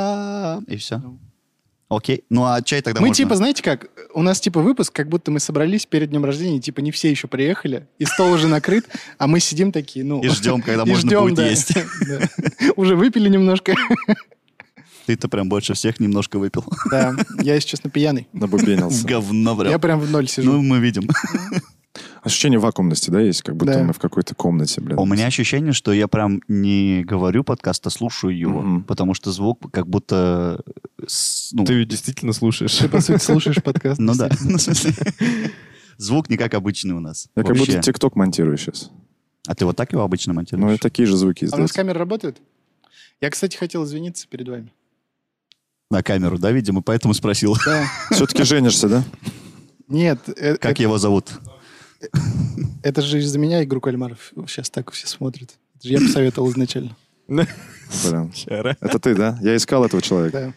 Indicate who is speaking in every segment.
Speaker 1: Та-да! И все.
Speaker 2: Ну.
Speaker 1: Окей. Ну а чай тогда
Speaker 2: мы
Speaker 1: можно?
Speaker 2: типа, знаете как, у нас типа выпуск, как будто мы собрались перед днем рождения, типа не все еще приехали, и стол уже накрыт, а мы сидим такие, ну...
Speaker 1: И ждем, когда
Speaker 2: и
Speaker 1: можно
Speaker 2: ждем,
Speaker 1: будет
Speaker 2: да.
Speaker 1: есть.
Speaker 2: Да. Уже выпили немножко.
Speaker 1: Ты-то прям больше всех немножко выпил.
Speaker 2: Да, я, если честно, пьяный.
Speaker 1: В
Speaker 3: Набубенился.
Speaker 1: говно
Speaker 2: Я
Speaker 1: прям.
Speaker 2: прям в ноль сижу. А
Speaker 1: Ну, мы видим.
Speaker 3: Ощущение вакуумности, да, есть? Как будто
Speaker 2: Да.
Speaker 3: мы в какой-то комнате, блин.
Speaker 1: У меня ощущение, что я прям не говорю подкаст, а слушаю его.
Speaker 3: Мгм.
Speaker 1: Потому что звук как будто... с- ну,
Speaker 4: Ты её действительно слушаешь.
Speaker 2: Ты, по сути, слушаешь подкаст.
Speaker 1: ну да. Ну, в смысле, Звук не как обычный у нас.
Speaker 3: Я как будто
Speaker 1: вообще.
Speaker 3: тикток монтирую сейчас.
Speaker 1: А ты вот так его обычно
Speaker 3: Ну, и
Speaker 1: монтируешь?
Speaker 3: такие же звуки
Speaker 2: А у нас
Speaker 3: издаются.
Speaker 2: камера работает? Я, кстати, хотел извиниться перед вами.
Speaker 1: На камеру, да, видимо, поэтому спросил.
Speaker 2: Да.
Speaker 3: Все-таки женишься, да?
Speaker 2: Нет, э-
Speaker 1: Как
Speaker 2: это,
Speaker 1: его зовут?
Speaker 2: это же из-за меня игру кальмаров сейчас так все смотрят. Это же я посоветовал изначально.
Speaker 3: Блин.
Speaker 4: Щара.
Speaker 3: Это ты, да? Я искал этого человека.
Speaker 2: Да.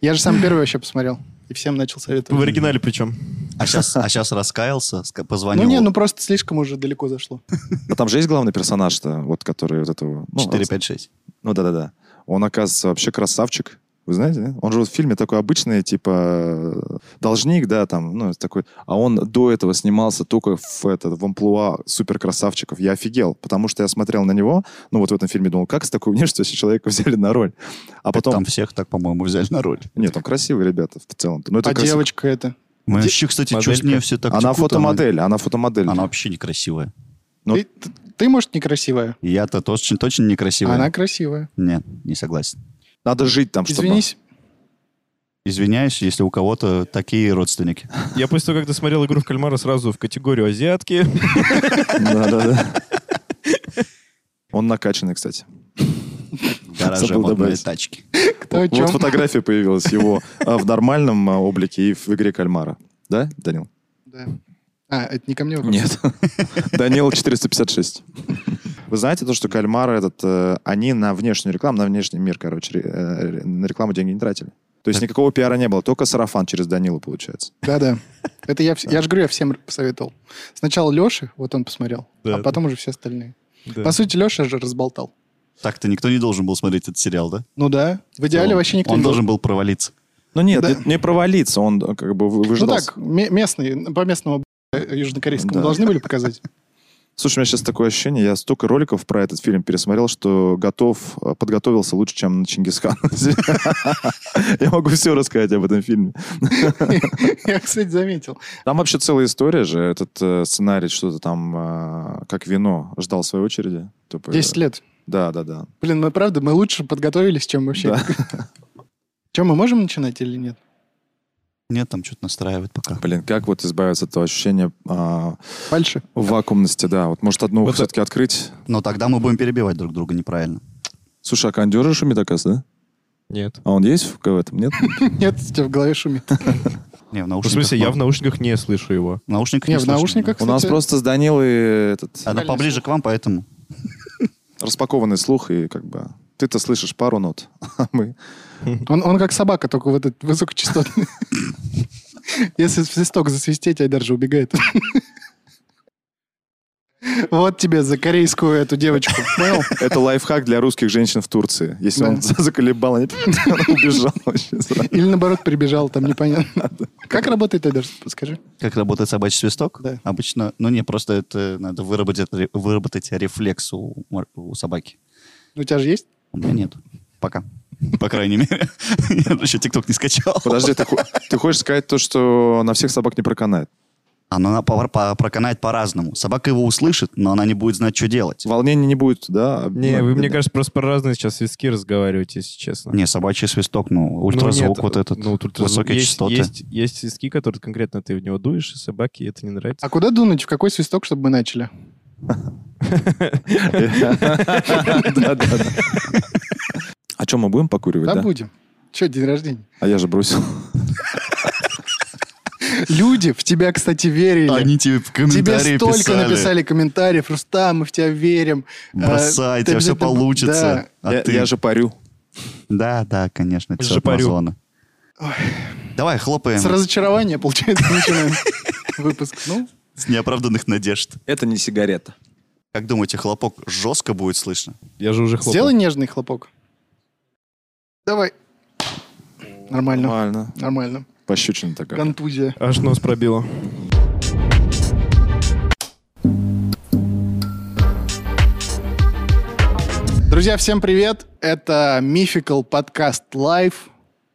Speaker 2: Я же сам первый вообще посмотрел. И всем начал
Speaker 4: В
Speaker 2: советовать. Ну,
Speaker 4: оригинале причем.
Speaker 1: А сейчас, а сейчас раскаялся, ска- позвонил.
Speaker 2: Ну не, ну просто слишком уже далеко зашло.
Speaker 3: А там же есть главный персонаж-то, вот который вот этого... ну,
Speaker 1: 4,
Speaker 3: вот-
Speaker 1: 5, 6.
Speaker 3: Ну да-да-да. Он, оказывается, вообще красавчик. Вы знаете, да? Он же вот в фильме такой обычный, типа, э, должник, да, там, ну, такой. А он до этого снимался только в, это, в амплуа суперкрасавчиков. Я офигел, потому что я смотрел на него, ну, вот в этом фильме, думал, как с такой внешностью человека взяли на роль? А потом...
Speaker 1: Там всех так, по-моему, взяли на роль.
Speaker 3: Нет, там красивые ребята в целом. Ну, это
Speaker 2: а
Speaker 3: красив-
Speaker 2: девочка это.
Speaker 1: Мы вообще, кстати, чё с
Speaker 4: моделька.
Speaker 1: ней все так
Speaker 3: Она
Speaker 1: текут,
Speaker 3: фотомодель, она фотомодель.
Speaker 1: Она вообще некрасивая.
Speaker 3: Ну-
Speaker 2: Ты, т- ты, может, некрасивая,
Speaker 1: Я-то точно, точно некрасивая.
Speaker 2: а она красивая.
Speaker 1: Нет, не согласен.
Speaker 3: Надо жить там, чтобы...
Speaker 2: Извинись.
Speaker 1: Извиняюсь, если у кого-то такие родственники.
Speaker 4: Я после того, как досмотрел игру в кальмара, сразу в категорию азиатки.
Speaker 3: Да-да-да. Он накачанный, кстати.
Speaker 1: В гараже
Speaker 3: Забыл
Speaker 1: модные
Speaker 3: добавить.
Speaker 1: тачки.
Speaker 2: Кто о чем?
Speaker 3: Вот фотография появилась его а, в нормальном а, облике и в игре кальмара. Да, Данил?
Speaker 2: Да. А, это не ко мне вопрос.
Speaker 3: Нет. Данил 456. Вы знаете то, что кальмары этот, э, они на внешнюю рекламу, на внешний мир, короче, ре- э, на рекламу деньги не тратили. То есть никакого пиара не было, только сарафан через Данила получается.
Speaker 2: Да-да. Это я, вс- я же говорю, я всем посоветовал. Сначала Леше, вот он посмотрел,
Speaker 4: Да,
Speaker 2: а
Speaker 4: да.
Speaker 2: потом уже все остальные.
Speaker 4: Да.
Speaker 2: По сути, Леша же разболтал.
Speaker 1: Так-то никто не должен был смотреть этот сериал, да?
Speaker 2: Ну да, в идеале
Speaker 1: Он-
Speaker 2: вообще никто
Speaker 1: Он
Speaker 2: не
Speaker 1: должен был провалиться.
Speaker 3: Ну нет,
Speaker 2: Да.
Speaker 3: не- не провалиться, он э, как бы вы-
Speaker 2: Ну
Speaker 3: выждался.
Speaker 2: так, ме- местные, по местному б***ь, южнокорейскому
Speaker 3: Да.
Speaker 2: должны были показать.
Speaker 3: Слушай, у меня сейчас такое ощущение, я столько роликов про этот фильм пересмотрел, что готов, э, подготовился лучше, чем на Чингисхан. Я могу все рассказать об этом фильме.
Speaker 2: Я, кстати, заметил.
Speaker 3: Там вообще целая история же. Этот э, сценарий что-то там, э, как вино, ждал своей очереди. Типа, э,
Speaker 2: 10 лет.
Speaker 3: Да, да, да.
Speaker 2: Блин, мы правда, мы лучше подготовились, чем вообще.
Speaker 3: Да.
Speaker 2: Че, мы можем начинать или нет?
Speaker 1: Нет, там что-то настраивает пока.
Speaker 3: Блин, как вот избавиться от этого ощущения а,
Speaker 2: Фальши.
Speaker 3: вакуумности, да. Вот может одну
Speaker 4: Вот
Speaker 3: все-таки открыть.
Speaker 1: Но тогда мы будем перебивать друг друга неправильно.
Speaker 3: Слушай, а кондер шумит, оказывается, да?
Speaker 4: Нет.
Speaker 3: А он есть в в этом? Нет?
Speaker 2: Нет, у тебя в голове шумит.
Speaker 1: Не, в
Speaker 4: В
Speaker 1: наушниках.
Speaker 4: смысле, я в
Speaker 1: можно.
Speaker 4: наушниках не слышу его.
Speaker 1: В наушниках
Speaker 2: Не,
Speaker 1: не
Speaker 2: в
Speaker 1: слышно,
Speaker 2: наушниках,
Speaker 3: У нас
Speaker 2: кстати,
Speaker 3: просто с Данилой этот
Speaker 1: да. Она
Speaker 2: Правильно
Speaker 1: поближе к вам, поэтому...
Speaker 3: распакованный слух и как бы... Ты-то слышишь пару нот, а мы...
Speaker 2: Он, он как собака, только вот этот высокочастотный. Если свисток засвистеть, Айдар же убегает. Вот тебе за корейскую эту девочку. Понял?
Speaker 3: Это лайфхак для русских женщин в Турции. Если
Speaker 2: Да.
Speaker 3: он заколебал, они- она убежала вообще сразу.
Speaker 2: Или наоборот прибежал, там непонятно. Как работает Айдар, подскажи?
Speaker 1: Как работает собачий свисток?
Speaker 2: Да.
Speaker 1: Обычно, ну не, просто это надо выработать, выработать рефлекс у, мар- у собаки.
Speaker 2: У тебя же есть?
Speaker 1: У меня нет. Пока. По крайней мере. Я еще ТикТок не скачал.
Speaker 3: Подожди, ты, хо- ты хочешь сказать то, что на всех собак не проканает?
Speaker 1: Она по- по- проканает по-разному. Собака его услышит, но она не будет знать, что делать.
Speaker 3: Волнения не будет, да?
Speaker 4: Не,
Speaker 3: Ну,
Speaker 4: вы, мне
Speaker 3: да.
Speaker 4: кажется, просто про разные сейчас виски разговариваете, если честно.
Speaker 1: Не, собачий свисток, ну, ультразвук вот этот,
Speaker 4: Ну, вот ультразвук.
Speaker 1: высокие
Speaker 4: есть,
Speaker 1: частоты.
Speaker 4: Есть, есть виски, которые конкретно ты в него дуешь, и собаке это не нравится.
Speaker 2: А куда дунуть? В какой свисток, чтобы мы начали?
Speaker 3: Да-да-да. А что, мы будем покуривать,
Speaker 2: Да,
Speaker 3: да?
Speaker 2: будем. Че, день рождения?
Speaker 3: А я же бросил.
Speaker 2: Люди в тебя, кстати, верили.
Speaker 1: Они тебе в
Speaker 2: Тебе
Speaker 1: комментарии
Speaker 2: столько
Speaker 1: писали.
Speaker 2: написали комментариев. Рустам, мы в тебя верим.
Speaker 1: Бросай,
Speaker 2: Э,
Speaker 1: у тебя
Speaker 2: ты
Speaker 1: все
Speaker 2: обязательно-
Speaker 1: получится. А
Speaker 3: Я
Speaker 1: ты-
Speaker 3: я же парю.
Speaker 1: Да, да, конечно, это всё от
Speaker 4: Жопарю.
Speaker 1: Мазона.
Speaker 2: Ой.
Speaker 1: Давай,
Speaker 2: Да.
Speaker 1: хлопаем
Speaker 2: С разочарования, получается, начинаем выпуск. Ну,
Speaker 1: с неоправданных надежд.
Speaker 3: Это не сигарета.
Speaker 1: Как думаете,
Speaker 4: А
Speaker 1: хлопок жестко будет слышно?
Speaker 4: Я же уже хлопал.
Speaker 2: сделай нежный хлопок. Давай. Нормально.
Speaker 3: Нормально.
Speaker 2: Нормально.
Speaker 3: Пощечина такая.
Speaker 2: Контузия.
Speaker 4: Аж нос пробило.
Speaker 2: Друзья, всем привет. Это Мификал подкаст Live.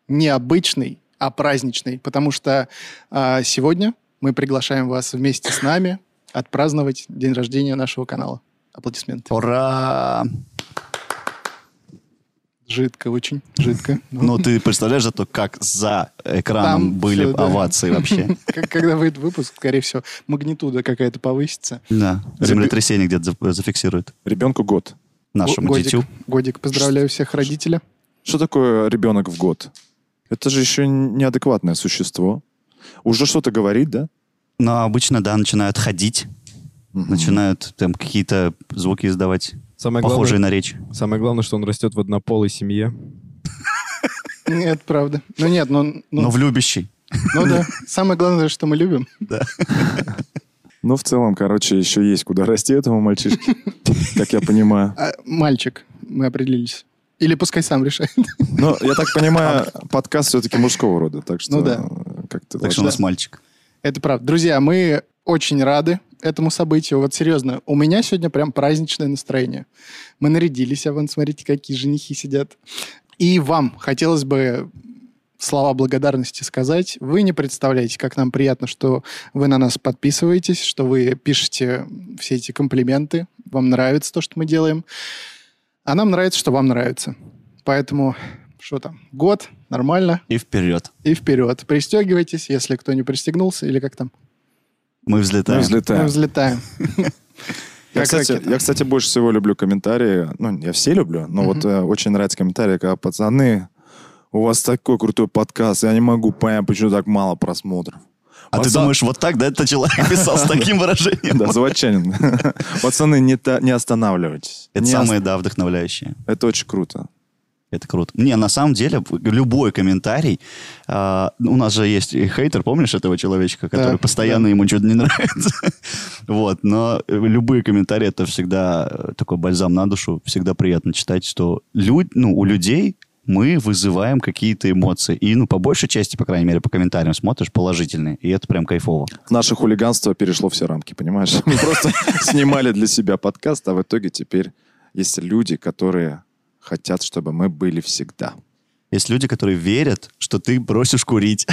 Speaker 2: Необычный, а праздничный. Потому что а, сегодня мы приглашаем вас вместе с нами отпраздновать день рождения нашего канала. Аплодисменты.
Speaker 1: Ура!
Speaker 2: Жидко очень, жидко.
Speaker 1: Ну, ты представляешь зато, как за экраном
Speaker 2: Там
Speaker 1: были
Speaker 2: всё, да.
Speaker 1: овации вообще.
Speaker 2: Как- Когда выйдет выпуск, скорее всего, магнитуда какая-то повысится.
Speaker 1: Да, землетрясение где-то за- зафиксирует
Speaker 3: Ребенку год.
Speaker 1: нашему
Speaker 2: Годик.
Speaker 1: дитю.
Speaker 2: Годик, поздравляю всех родителя.
Speaker 3: Что такое ребенок в год? Это же еще неадекватное существо. Уже что-то говорит, да?
Speaker 1: Но обычно, да, начинают ходить, Ну начинают там какие-то звуки издавать,
Speaker 4: Самое
Speaker 1: похожие
Speaker 4: главное,
Speaker 1: на речь.
Speaker 4: самое главное, что он растет в однополой семье.
Speaker 2: Нет, правда. Ну нет, ну,
Speaker 1: Но
Speaker 2: ну,
Speaker 1: в любящий.
Speaker 2: ну да. Самое главное, что мы любим.
Speaker 3: Ну, в целом, короче, еще есть куда расти этому мальчишке, как я понимаю.
Speaker 2: А, мальчик, мы определились. Или пускай сам решает.
Speaker 3: Но Ну, я так понимаю, подкаст все-таки мужского рода, так что...
Speaker 2: Ну да.
Speaker 3: э, Как-то
Speaker 1: Так что у нас
Speaker 3: должно-
Speaker 1: мальчик.
Speaker 2: Это правда. Друзья, мы очень рады этому событию. Вот серьезно, у меня сегодня прям праздничное настроение. Мы нарядились, а вон, смотрите, какие женихи сидят. И вам хотелось бы слова благодарности сказать. Вы не представляете, как нам приятно, что вы на нас подписываетесь, что вы пишете все эти комплименты. Вам нравится то, что мы делаем. А нам нравится, что вам нравится. Поэтому, что там, год, нормально,
Speaker 1: И вперед.
Speaker 2: и вперед. Пристегивайтесь, если кто не пристегнулся, или как там.
Speaker 1: Мы
Speaker 3: Мы
Speaker 1: взлетаем.
Speaker 2: Мы
Speaker 3: взлетаем.
Speaker 2: взлетаем.
Speaker 3: Я,
Speaker 2: Как
Speaker 3: кстати,
Speaker 2: ракета.
Speaker 3: я, кстати, больше всего люблю комментарии. Ну, я все люблю, но
Speaker 2: Мгм.
Speaker 3: вот э, очень нравятся комментарии, когда пацаны, у вас такой крутой подкаст, я не могу понять, почему так мало просмотров.
Speaker 1: А ты
Speaker 3: Пацан-
Speaker 1: думаешь, вот так, да, этот человек писал с таким выражением?
Speaker 3: Да, заводчанин. Пацаны, не, та- не останавливайтесь.
Speaker 1: Это
Speaker 3: Не
Speaker 1: самое, да, вдохновляющее.
Speaker 3: ост- Это очень круто.
Speaker 1: Это круто. Не, на самом деле, любой комментарий... а, ну, у нас же есть и хейтер, помнишь этого человечка, который
Speaker 2: Да,
Speaker 1: постоянно ему что-то не нравится? вот, но э, любые комментарии — это всегда э, такой бальзам на душу. Всегда приятно читать, что люд, ну, у людей мы вызываем какие-то эмоции. И, ну, по большей части, по крайней мере, по комментариям смотришь положительные. И это прям кайфово.
Speaker 3: Наше хулиганство перешло все рамки, понимаешь? Мы просто снимали для себя подкаст, а в итоге теперь есть люди, которые хотят, чтобы мы были всегда.
Speaker 1: Есть люди, которые верят, что ты бросишь курить.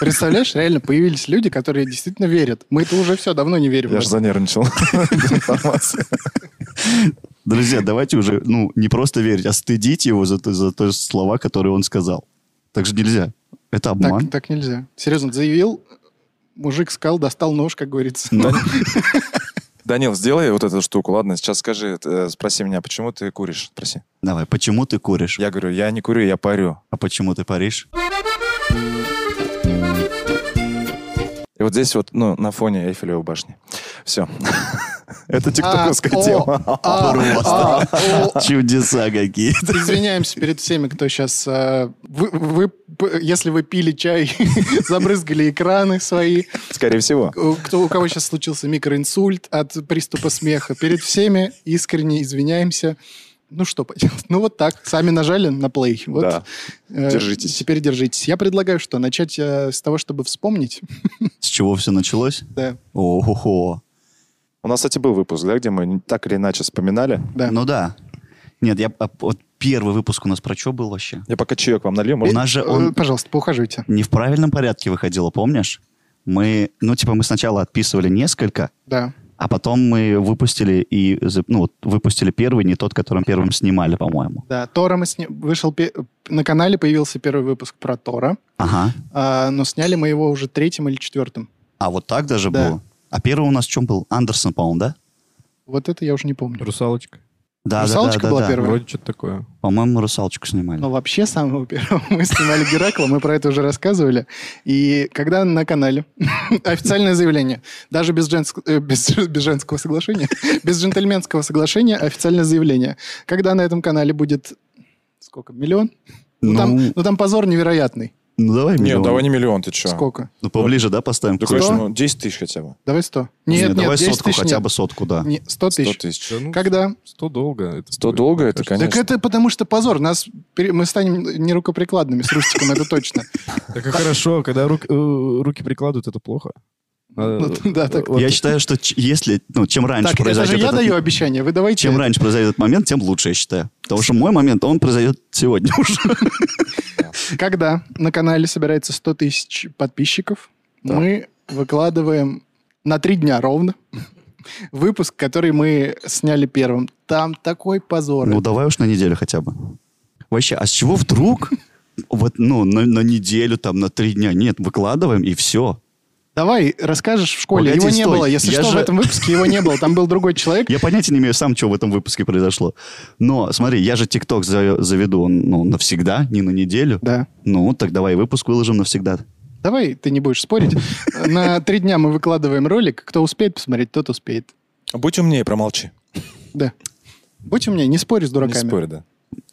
Speaker 2: Представляешь, реально появились люди, которые действительно верят. Мы-то уже все давно не верим. в
Speaker 3: Я же
Speaker 2: это.
Speaker 3: занервничал. Информация.
Speaker 1: Друзья, давайте уже, ну, не просто верить, а стыдить его за, то- за то слова, которые он сказал. Так же нельзя. Это обман.
Speaker 2: Так, так нельзя. Серьезно, заявил, мужик сказал, достал нож, как говорится.
Speaker 1: Ну,
Speaker 3: Данил, сделай вот эту штуку. Ладно, сейчас скажи, э, спроси меня, почему ты куришь? Спроси.
Speaker 1: Давай, почему ты куришь?
Speaker 3: Я говорю, я не курю, я парю.
Speaker 1: А почему ты паришь?
Speaker 3: И вот здесь вот, ну, на фоне Эйфелевой башни. Все. Это типа,
Speaker 2: А,
Speaker 3: тиктоковская
Speaker 2: о,
Speaker 3: тема.
Speaker 2: а,
Speaker 1: Просто.
Speaker 2: а, о.
Speaker 1: Чудеса какие.
Speaker 2: Извиняемся перед всеми, кто сейчас... Вы, вы п- если вы пили чай, забрызгали экраны свои,
Speaker 3: Скорее всего.
Speaker 2: у- кто, у кого сейчас случился микроинсульт от приступа смеха, перед всеми искренне извиняемся. Ну что поделать. Ну вот так. Сами нажали на плей. Вот.
Speaker 3: Да.
Speaker 2: Э,
Speaker 3: Держитесь.
Speaker 2: Теперь держитесь. Я предлагаю что? Начать э, с того, чтобы вспомнить.
Speaker 1: С чего все началось?
Speaker 2: Да,
Speaker 1: О-хо-хо.
Speaker 3: У нас, кстати, был выпуск, да, где мы так или иначе вспоминали.
Speaker 2: да.
Speaker 1: Ну да. Нет, я а, вот первый выпуск у нас про что был вообще?
Speaker 3: Я пока чаек вам налью,
Speaker 1: У
Speaker 3: может,
Speaker 1: нас же
Speaker 2: Э,
Speaker 1: он
Speaker 2: Пожалуйста, поухаживайте.
Speaker 1: не в правильном порядке выходило, помнишь? Мы, ну типа мы сначала отписывали несколько,
Speaker 2: Да.
Speaker 1: а потом мы выпустили и за- ну вот, выпустили первый, не тот, которым первым снимали, по-моему.
Speaker 2: Да, Тора мы сня- вышел... пе- На канале появился первый выпуск про Тора,
Speaker 1: Ага.
Speaker 2: а, но сняли мы его уже третьим или четвертым.
Speaker 1: А вот так даже
Speaker 2: Да.
Speaker 1: было? А первый у нас в чем был? Андерсон, по-моему, да?
Speaker 2: Вот это я уже не помню.
Speaker 4: Русалочка.
Speaker 1: Да,
Speaker 2: «Русалочка» была первая? Ну,
Speaker 4: Вроде что-то такое.
Speaker 1: По-моему, «Русалочку» снимали.
Speaker 2: Но вообще самого первого мы снимали Геракла, мы про это уже рассказывали. И когда на канале официальное заявление, даже без, женск- э, без, без женского соглашения, без джентльменского соглашения официальное заявление, когда на этом канале будет сколько, миллион? Ну,
Speaker 1: Ну,
Speaker 2: там, ну, там позор невероятный.
Speaker 1: Ну, давай
Speaker 3: Нет,
Speaker 1: миллион.
Speaker 3: давай не миллион, ты что?
Speaker 2: Сколько?
Speaker 1: Ну, поближе, да, поставим?
Speaker 3: Да,
Speaker 1: к сотке?
Speaker 3: конечно, ну, 10 тысяч хотя бы.
Speaker 2: Давай 100.
Speaker 1: Не,
Speaker 2: Нет, нет,
Speaker 1: давай
Speaker 2: 10
Speaker 1: сотку,
Speaker 2: тысяч
Speaker 1: хотя
Speaker 2: нет.
Speaker 1: бы сотку, да.
Speaker 2: Не, 100
Speaker 3: 100
Speaker 2: тысяч.
Speaker 3: тысяч.
Speaker 4: ну,
Speaker 2: Когда?
Speaker 4: 100 долго. Это
Speaker 3: 100
Speaker 4: будет,
Speaker 3: долго,
Speaker 4: мне
Speaker 3: это,
Speaker 4: кажется.
Speaker 3: конечно.
Speaker 2: Так это потому что позор. Нас, пере- мы станем нерукоприкладными с Рустиком, это точно.
Speaker 4: Так и хорошо, когда рук- э, руки прикладывают, это плохо. Надо-
Speaker 2: Ну, да, так.
Speaker 4: вот
Speaker 1: Я считаю, что ч- если, ну, чем Э, раньше
Speaker 2: Так, это же
Speaker 1: произойдет
Speaker 2: я
Speaker 1: этот-
Speaker 2: даю обещание, вы давайте.
Speaker 1: чем раньше произойдет этот момент, тем лучше, я считаю. Потому что мой момент, он произойдет сегодня уже.
Speaker 2: Когда на канале собирается 100 тысяч подписчиков,
Speaker 1: Да.
Speaker 2: мы выкладываем на три дня ровно выпуск, который мы сняли первым. Там такой позор.
Speaker 1: Ну, давай уж на неделю хотя бы. Вообще, а с чего вдруг? Вот, ну, на, на неделю, там, на три дня. Нет, выкладываем, и все.
Speaker 2: Давай расскажешь в школе.
Speaker 1: Погоди,
Speaker 2: его не
Speaker 1: стой.
Speaker 2: было. Если
Speaker 1: Я
Speaker 2: что, в
Speaker 1: же-
Speaker 2: этом выпуске его не было. Там был другой человек.
Speaker 1: Я понятия не имею сам, что в этом выпуске произошло. Но, смотри, я же ТикТок за- заведу, ну, навсегда, не на неделю.
Speaker 2: Да.
Speaker 1: Ну, так давай выпуск выложим навсегда.
Speaker 2: Давай, ты не будешь спорить. На три дня мы выкладываем ролик. Кто успеет посмотреть, тот успеет.
Speaker 3: Будь умнее, промолчи.
Speaker 2: Да. Будь у меня, не спори с
Speaker 3: Не
Speaker 2: дураками.
Speaker 3: спорь, да.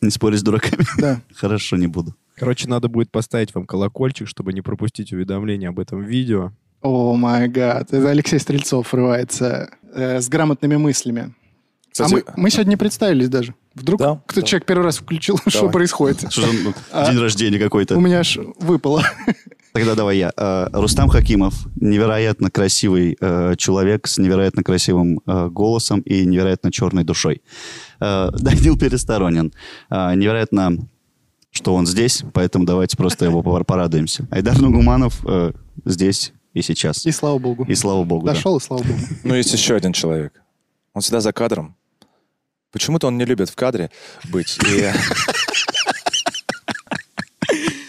Speaker 1: Не спорь с дураками.
Speaker 2: Да.
Speaker 1: Хорошо, не буду.
Speaker 4: Короче, надо будет поставить вам колокольчик, чтобы не пропустить уведомления об этом видео.
Speaker 2: О май гад. Это Алексей Стрельцов врывается э, с грамотными мыслями. а
Speaker 3: Кстати,
Speaker 2: мы, мы сегодня не представились даже. Вдруг
Speaker 3: Да,
Speaker 2: кто
Speaker 3: да.
Speaker 2: человек первый раз включил, что
Speaker 3: Давай.
Speaker 2: происходит.
Speaker 1: Что же, ну,
Speaker 2: А-
Speaker 1: день рождения
Speaker 2: У
Speaker 1: какой-то.
Speaker 2: меня аж выпало.
Speaker 1: Тогда давай я. Э, Рустам Хакимов, невероятно красивый э, человек с невероятно красивым э, голосом и невероятно черной душой. Э, Данил Пересторонин, э, невероятно, что он здесь, поэтому давайте просто его пор- порадуемся. Айдар Нугуманов э, здесь и сейчас.
Speaker 2: И слава богу.
Speaker 1: И слава богу. да.
Speaker 2: Дошел, и слава богу.
Speaker 3: Ну, есть еще один человек. Он всегда за кадром. Почему-то он не любит в кадре быть. И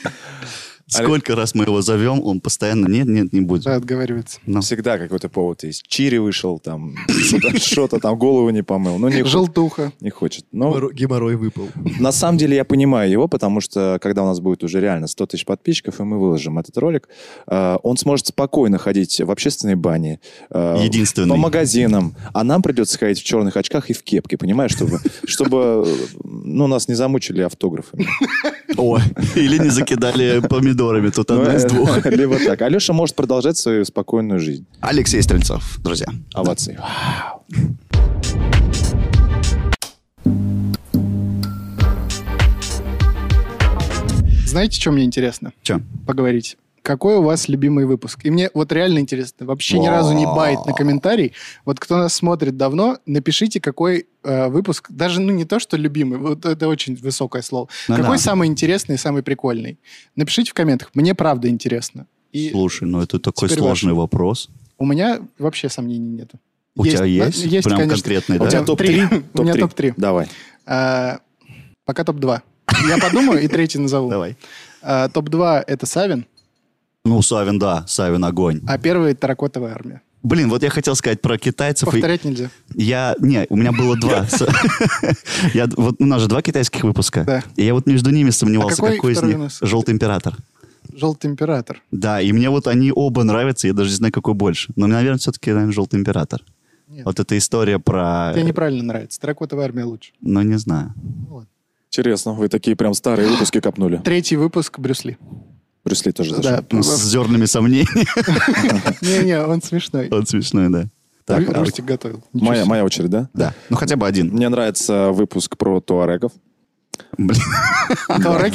Speaker 1: Сколько раз мы его зовем, он постоянно нет, нет, не будет.
Speaker 2: Да, отговаривается.
Speaker 1: Ну.
Speaker 3: всегда какой-то повод есть. Чири вышел, там что-то- что-то там, голову не помыл. Ну, не, хо-
Speaker 2: Желтуха.
Speaker 3: не хочет. Но
Speaker 4: Геморрой выпал.
Speaker 3: на самом деле я понимаю его, потому что когда у нас будет уже реально 100 тысяч подписчиков, и мы выложим этот ролик, э, он сможет спокойно ходить в общественной бане, э,
Speaker 1: Единственный.
Speaker 3: по магазинам. А нам придется ходить в черных очках и в кепке, понимаешь, чтобы, чтобы э, ну, нас не замучили автографами.
Speaker 1: О, или не закидали помидорами, тут
Speaker 3: Ну,
Speaker 1: одна из
Speaker 3: э,
Speaker 1: двух.
Speaker 3: Либо так. Алеша может продолжать свою спокойную жизнь.
Speaker 1: Алексей Стрельцов, друзья.
Speaker 3: Овации.
Speaker 2: Знаете, что мне интересно
Speaker 1: Че?
Speaker 2: поговорить? Какой у вас любимый выпуск? И мне вот реально интересно. Вообще ни разу не байт на комментарий. Вот кто нас смотрит давно, напишите, какой э, выпуск. Даже, ну, не то, что любимый. Вот это очень высокое слово.
Speaker 1: Ну
Speaker 2: Какой самый интересный и самый прикольный? Напишите в комментах. Мне правда интересно. И
Speaker 1: Слушай, ну это такой
Speaker 2: Теперь
Speaker 1: сложный вопрос.
Speaker 2: у меня вообще сомнений нету.
Speaker 1: У тебя есть?
Speaker 2: Есть,
Speaker 1: Прям
Speaker 2: конечно. А
Speaker 1: конкретный,
Speaker 3: А У тебя
Speaker 1: да?
Speaker 2: Прям три.
Speaker 3: топ-3?
Speaker 2: У меня топ-3.
Speaker 3: Давай.
Speaker 2: А, Пока топ-2. Я подумаю и третий назову.
Speaker 1: Давай.
Speaker 2: А, Топ-2 это Савин,
Speaker 1: Ну, Савин, да, Савин огонь.
Speaker 2: а первый Таракотовая армия.
Speaker 1: Блин, вот я хотел сказать про китайцев. и
Speaker 2: Повторять нельзя.
Speaker 1: Я, не, у меня было два. С- Я, вот у нас же два китайских
Speaker 2: Да. А
Speaker 1: выпуска. И я вот между ними сомневался,
Speaker 2: какой
Speaker 1: какой из
Speaker 2: второй
Speaker 1: них
Speaker 2: у нас?
Speaker 1: Желтый Император.
Speaker 2: Желтый император.
Speaker 1: Да, и мне вот они оба нравятся, я даже не знаю, какой больше. Но, наверное, все-таки, наверное, Желтый Император.
Speaker 2: Нет.
Speaker 1: Вот эта история про...
Speaker 2: Тебе неправильно нравится. Таракотовая армия лучше.
Speaker 1: Ну, не знаю.
Speaker 2: Ну ладно.
Speaker 3: Интересно, вы такие прям старые выпуски копнули.
Speaker 2: Третий выпуск Брюсли.
Speaker 3: Брюсли тоже зашел.
Speaker 2: Да.
Speaker 1: Ну, С зернами сомнений.
Speaker 2: Не-не, он смешной.
Speaker 1: Он смешной, да.
Speaker 3: Так,
Speaker 2: Ру-
Speaker 3: а-
Speaker 2: Рустик готовил. Ничего
Speaker 3: Моя,
Speaker 2: себе.
Speaker 3: моя очередь, да?
Speaker 1: Да. Ну, хотя бы один.
Speaker 3: Мне нравится выпуск про туарегов.
Speaker 1: Блин,
Speaker 2: Туареги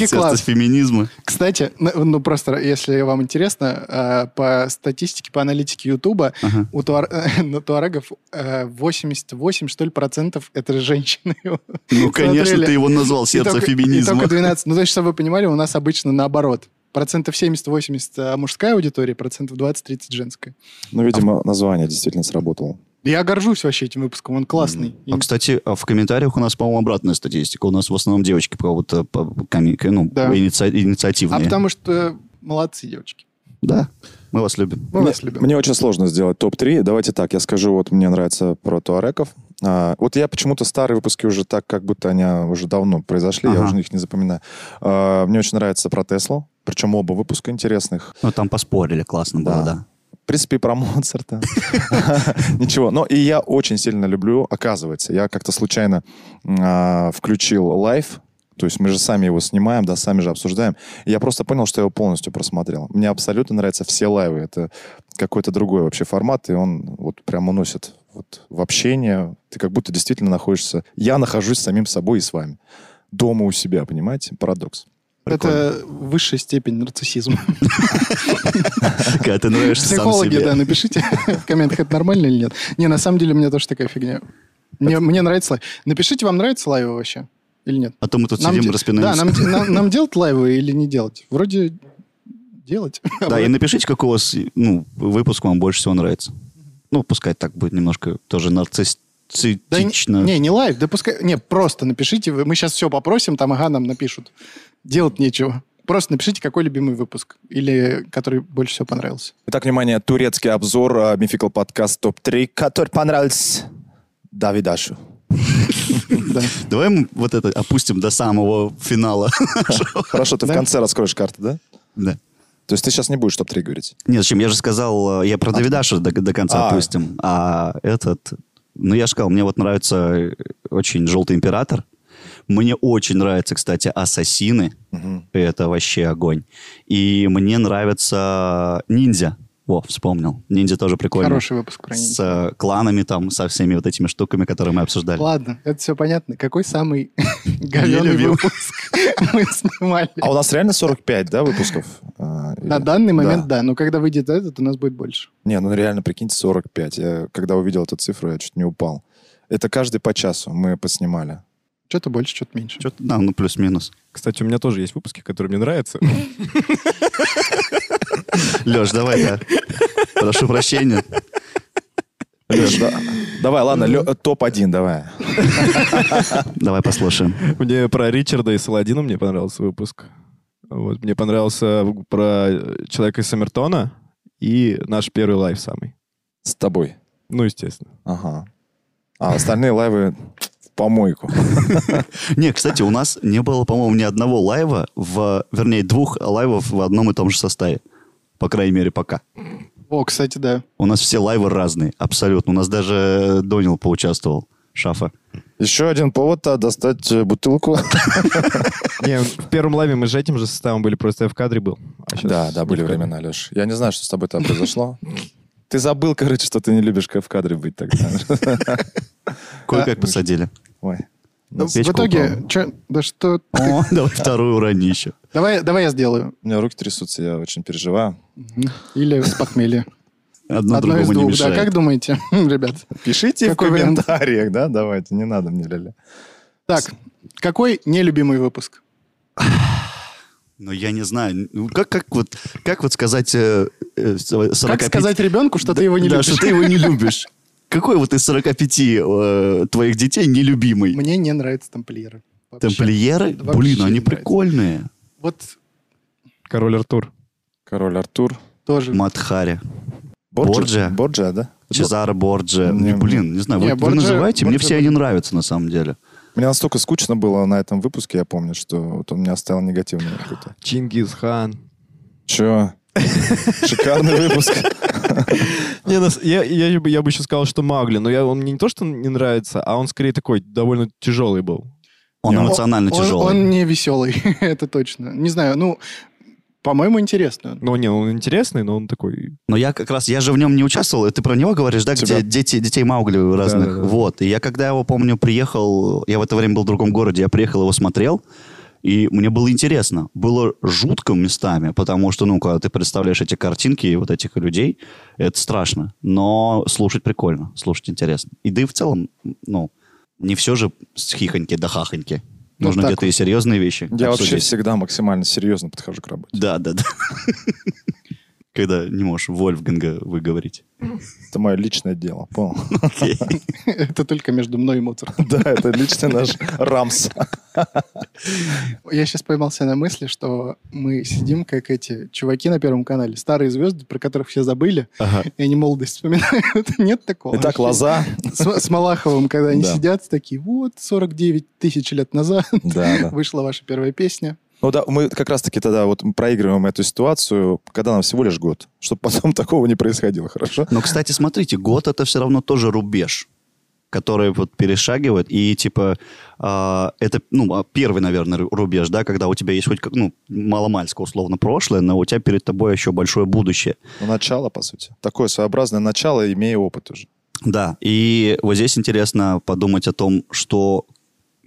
Speaker 1: сердце
Speaker 2: класс.
Speaker 1: феминизма.
Speaker 2: Кстати, на- ну просто, если вам интересно, э, по статистике, по аналитике Ютуба,
Speaker 1: Ага.
Speaker 2: у туар... на туарегов э, 88, что ли, процентов это женщины.
Speaker 1: Ну, конечно,
Speaker 2: Смотрели.
Speaker 1: ты его назвал
Speaker 2: И
Speaker 1: сердце
Speaker 2: только- И
Speaker 1: феминизма.
Speaker 2: только 12. Ну, то есть, чтобы вы понимали, у нас обычно наоборот. Процентов 70-80 мужская аудитория, процентов 20-30 женская.
Speaker 3: Ну, видимо, название действительно сработало.
Speaker 2: Я горжусь вообще этим выпуском, он классный.
Speaker 1: А, кстати, а в комментариях у нас, по-моему, обратная статистика. У нас в основном девочки кого-то по- коми- ну,
Speaker 2: Да.
Speaker 1: иници-
Speaker 2: А
Speaker 1: инициативные.
Speaker 2: потому что молодцы девочки.
Speaker 1: Да, мы вас любим.
Speaker 2: Мы
Speaker 3: мне,
Speaker 2: вас любим.
Speaker 3: мне очень сложно сделать топ-3. Давайте так, я скажу, вот мне нравится про туареков. А, вот я почему-то старые выпуски уже так, как будто они уже давно произошли, я
Speaker 1: Ага.
Speaker 3: уже их не запоминаю. А, мне очень нравится про Теслу, причем оба выпуска интересных.
Speaker 1: Ну, там поспорили, классно
Speaker 3: Да.
Speaker 1: было, да.
Speaker 3: В принципе, и про Моцарта. Ничего. Но и я очень сильно люблю, оказывается, я как-то случайно а, включил лайв То есть мы же сами его снимаем, да, сами же обсуждаем. И я просто понял, что я его полностью просмотрел. Мне абсолютно нравятся все лайвы. Это какой-то другой вообще формат, и он вот прям уносит вот в общение. Ты как будто действительно находишься... Я нахожусь с самим собой и с вами. Дома у себя, понимаете? Парадокс.
Speaker 2: Это высшая степень нарциссизма.
Speaker 1: Когда ты нравишься сам
Speaker 2: Психологи,
Speaker 1: себе.
Speaker 2: да, напишите в комментах, это нормально или нет. Не, на самом деле, у меня тоже такая фигня. Мне, мне нравится лайв. Напишите, вам нравится лайвы вообще или нет?
Speaker 1: А то мы тут
Speaker 2: Нам
Speaker 1: сидим,
Speaker 2: де- Да,
Speaker 1: распинаемся.
Speaker 2: нам, де- нам- нам делать лайвы или не делать? Вроде делать.
Speaker 1: Да, и напишите, какой у вас ну, выпуск вам больше всего нравится. Ну, пускай так будет немножко тоже
Speaker 2: Да и-
Speaker 1: нарциссично.
Speaker 2: не, не лайв, да пускай... Не, просто напишите. вы- Мы сейчас все попросим, там ага, нам напишут. Делать нечего. Просто напишите, какой любимый выпуск. Или который больше всего понравился.
Speaker 3: Итак, внимание, турецкий обзор э, Мификал подкаст топ-3, который понравился Давидашу.
Speaker 2: Да.
Speaker 1: Давай мы вот это опустим до самого финала.
Speaker 3: Хорошо, ты в
Speaker 2: Да.
Speaker 3: конце раскроешь карты, да?
Speaker 1: Да.
Speaker 3: То есть ты сейчас не будешь топ-3 говорить?
Speaker 1: Не, зачем? Я же сказал, э, я про Давидаша до, до конца
Speaker 3: А.
Speaker 1: опустим. А этот... Ну, я же сказал, мне вот нравится э, очень «Желтый император». Мне очень нравятся, кстати, «Ассасины». Это вообще огонь. И мне нравится «Ниндзя». Во, вспомнил. «Ниндзя» тоже прикольно.
Speaker 2: Хороший выпуск про них.
Speaker 1: С э, кланами там, со всеми вот этими штуками, которые мы обсуждали.
Speaker 2: Ладно, это все понятно. Какой самый говёный
Speaker 1: любил.
Speaker 2: выпуск мы снимали?
Speaker 3: А у нас реально 45, да, выпусков? А, или-
Speaker 2: На данный момент,
Speaker 3: Да.
Speaker 2: да. Но когда выйдет этот, у нас будет больше.
Speaker 3: Не, ну реально, прикиньте, 45. Я, когда увидел эту цифру, я чуть не упал. Это каждый по часу мы поснимали.
Speaker 2: Что-то больше, что-то меньше.
Speaker 1: Чё-то, да, ну плюс-минус.
Speaker 4: Кстати, у меня тоже есть выпуски, которые мне нравятся.
Speaker 1: Леш, давай, да. Прошу прощения.
Speaker 3: Лёш, да- Давай, ладно, Лё- э, топ-1 давай.
Speaker 1: Давай послушаем.
Speaker 4: Мне про Ричарда и Саладина мне понравился выпуск. Вот, мне понравился в- про э, человека из Саммертона и наш первый лайв самый.
Speaker 3: С тобой.
Speaker 4: Ну, естественно.
Speaker 3: Ага. А остальные лайвы в помойку.
Speaker 1: Не, кстати, у нас не было, по-моему, ни одного лайва, в, вернее, двух лайвов в одном и том же составе. По крайней мере, пока.
Speaker 2: О, кстати, да.
Speaker 1: У нас все лайвы разные, абсолютно. У нас даже Донил поучаствовал, Шафа.
Speaker 3: Еще один повод а, достать э, бутылку.
Speaker 4: Не, в первом лайве мы с этим же составом были, просто я в кадре был. А щас
Speaker 3: Да,
Speaker 4: не
Speaker 3: да,
Speaker 4: в
Speaker 3: были
Speaker 4: кадре.
Speaker 3: времена, Леш. Я не знаю, что с тобой там произошло. Ты забыл, короче, что ты не любишь в кадре быть тогда.
Speaker 2: А,
Speaker 1: Кое-как посадили.
Speaker 3: Ой.
Speaker 1: Ну,
Speaker 2: В
Speaker 1: печка
Speaker 2: итоге,
Speaker 1: упала.
Speaker 2: чё- да что... ты-
Speaker 1: О, давай вторую урони еще.
Speaker 2: Давай, давай я сделаю.
Speaker 3: У меня руки трясутся, я очень переживаю.
Speaker 2: Или с похмелья.
Speaker 1: Одно,
Speaker 2: Одно из
Speaker 1: другому не
Speaker 2: двух, да.
Speaker 1: мешает.
Speaker 2: Как думаете, ребят?
Speaker 3: Пишите
Speaker 2: Какой
Speaker 3: в
Speaker 2: вариант?
Speaker 3: комментариях, да, давайте, не надо мне, Леля.
Speaker 2: Так, какой нелюбимый выпуск?
Speaker 1: Ну, я не знаю. Ну, Как, как, вот, как вот сказать... э, э, сорок-
Speaker 2: Как
Speaker 1: 45
Speaker 2: сказать ребенку, что ты его не
Speaker 1: да,
Speaker 2: любишь?
Speaker 1: что ты его не любишь. Какой вот из 45 э, твоих детей нелюбимый?
Speaker 2: Мне не нравятся тамплиеры. Вообще.
Speaker 1: Тамплиеры?
Speaker 2: вообще
Speaker 1: Блин,
Speaker 2: не
Speaker 1: они
Speaker 2: нравится.
Speaker 1: прикольные.
Speaker 2: Вот
Speaker 4: Король Артур.
Speaker 3: Король Артур.
Speaker 2: тоже.
Speaker 1: Матхари. Борджиа?
Speaker 3: Борджа? Борджа, да?
Speaker 1: Чезаро Борджи.
Speaker 3: Не,
Speaker 1: Блин, не знаю,
Speaker 2: Ну, не,
Speaker 1: вы, вы
Speaker 2: Борджиа-
Speaker 1: называете, мне
Speaker 2: Борджиа
Speaker 1: все они нравятся на самом деле.
Speaker 3: Мне настолько скучно было на этом выпуске, я помню, что вот он меня оставил негативный какой-то.
Speaker 4: Чингис Хан.
Speaker 3: Чё? Шикарный выпуск.
Speaker 4: Не, нас- я, я, бы- я бы еще сказал, что Магли, но я, он мне не то, что не нравится, а он скорее такой довольно тяжелый был.
Speaker 1: Он
Speaker 3: Не, он-
Speaker 1: эмоционально
Speaker 2: Он-
Speaker 1: тяжелый.
Speaker 2: Он не веселый, это точно. Не знаю, ну, по-моему, интересно. он.
Speaker 4: Но Ну, не, он интересный, но он такой...
Speaker 1: Но я как раз, я же в нем не участвовал. Ты про него говоришь, да,
Speaker 3: Тебя.
Speaker 1: где дети, детей Маугли разных.
Speaker 4: Да-да-да.
Speaker 1: Вот. И я когда его, помню, приехал, я в это время был в другом городе, я приехал, его смотрел, и мне было интересно. Было жутко местами, потому что, ну, когда ты представляешь эти картинки и вот этих людей, это страшно. Но слушать прикольно, слушать интересно. И да и в целом, ну, не все же с хихоньки до хахоньки.
Speaker 2: Ну,
Speaker 1: Нужно
Speaker 2: так
Speaker 1: где-то и серьезные вещи
Speaker 3: Я вообще
Speaker 1: обсудить.
Speaker 3: всегда максимально серьезно подхожу к работе.
Speaker 1: Да, да, да. Когда не можешь Вольфганга выговорить.
Speaker 3: Это мое личное дело, понял?
Speaker 1: Окей.
Speaker 2: Это только между мной и Моцартом.
Speaker 3: Да, это личный наш рамс.
Speaker 2: Я сейчас поймался на мысли, что мы сидим, как эти чуваки на Первом канале, старые звезды, про которых все забыли, и они молодость вспоминают. Нет такого.
Speaker 3: Итак,
Speaker 2: вообще.
Speaker 3: лоза.
Speaker 2: С, с Малаховым, когда они
Speaker 3: Да.
Speaker 2: сидят, такие, вот, 49 тысяч лет назад
Speaker 3: Да, да.
Speaker 2: вышла ваша первая песня.
Speaker 3: Ну да, мы как раз-таки тогда вот проигрываем эту ситуацию, когда нам всего лишь год, чтобы потом такого не происходило, хорошо?
Speaker 1: Но, кстати, смотрите, год это все равно тоже рубеж. которые вот перешагивают, и типа а, это, ну, а, первый, наверное, ру- рубеж, да, когда у тебя есть хоть, как, ну, маломальское условно прошлое, но у тебя перед тобой еще большое будущее.
Speaker 3: Ну, начало, по сути. Такое своеобразное начало, имея опыт уже.
Speaker 1: Да, и вот здесь интересно подумать о том, что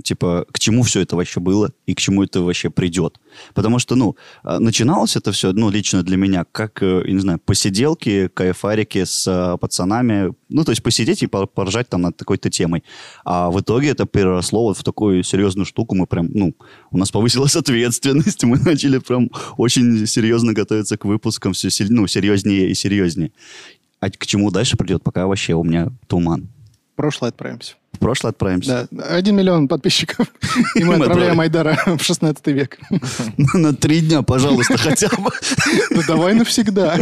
Speaker 1: типа, к чему все это вообще было и к чему это вообще придет. Потому что, ну, а, начиналось это все, ну, лично для меня, как, э, я не знаю, посиделки, кайфарики с э, пацанами, ну, то есть посидеть и пор- поржать там над такой-то темой. А в итоге это переросло вот в такую серьезную штуку, мы прям, ну, у нас повысилась ответственность, мы начали прям очень серьезно готовиться к выпускам, все, ну, серьезнее и серьезнее. А к чему дальше придет, пока вообще у меня туман.
Speaker 2: В прошлое отправимся.
Speaker 1: В прошлое отправимся.
Speaker 2: Да, один миллион подписчиков, и мы
Speaker 1: Мы
Speaker 2: отправляем Айдара в 16 век.
Speaker 1: На три дня, пожалуйста, хотя бы.
Speaker 2: Ну давай навсегда.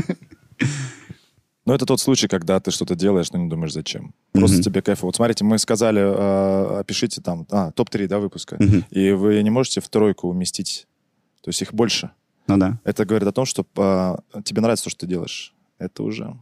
Speaker 3: Но это тот случай, когда ты что-то делаешь, но не думаешь, зачем. Просто
Speaker 1: Мгм.
Speaker 3: тебе кайфово. Вот смотрите, мы сказали, э, опишите там, а, топ-3, да, выпуска.
Speaker 1: Мгм.
Speaker 3: И вы не можете в тройку уместить. То есть их больше.
Speaker 1: Ну да.
Speaker 3: Это говорит о том, что э, тебе нравится то, что ты делаешь. Это уже...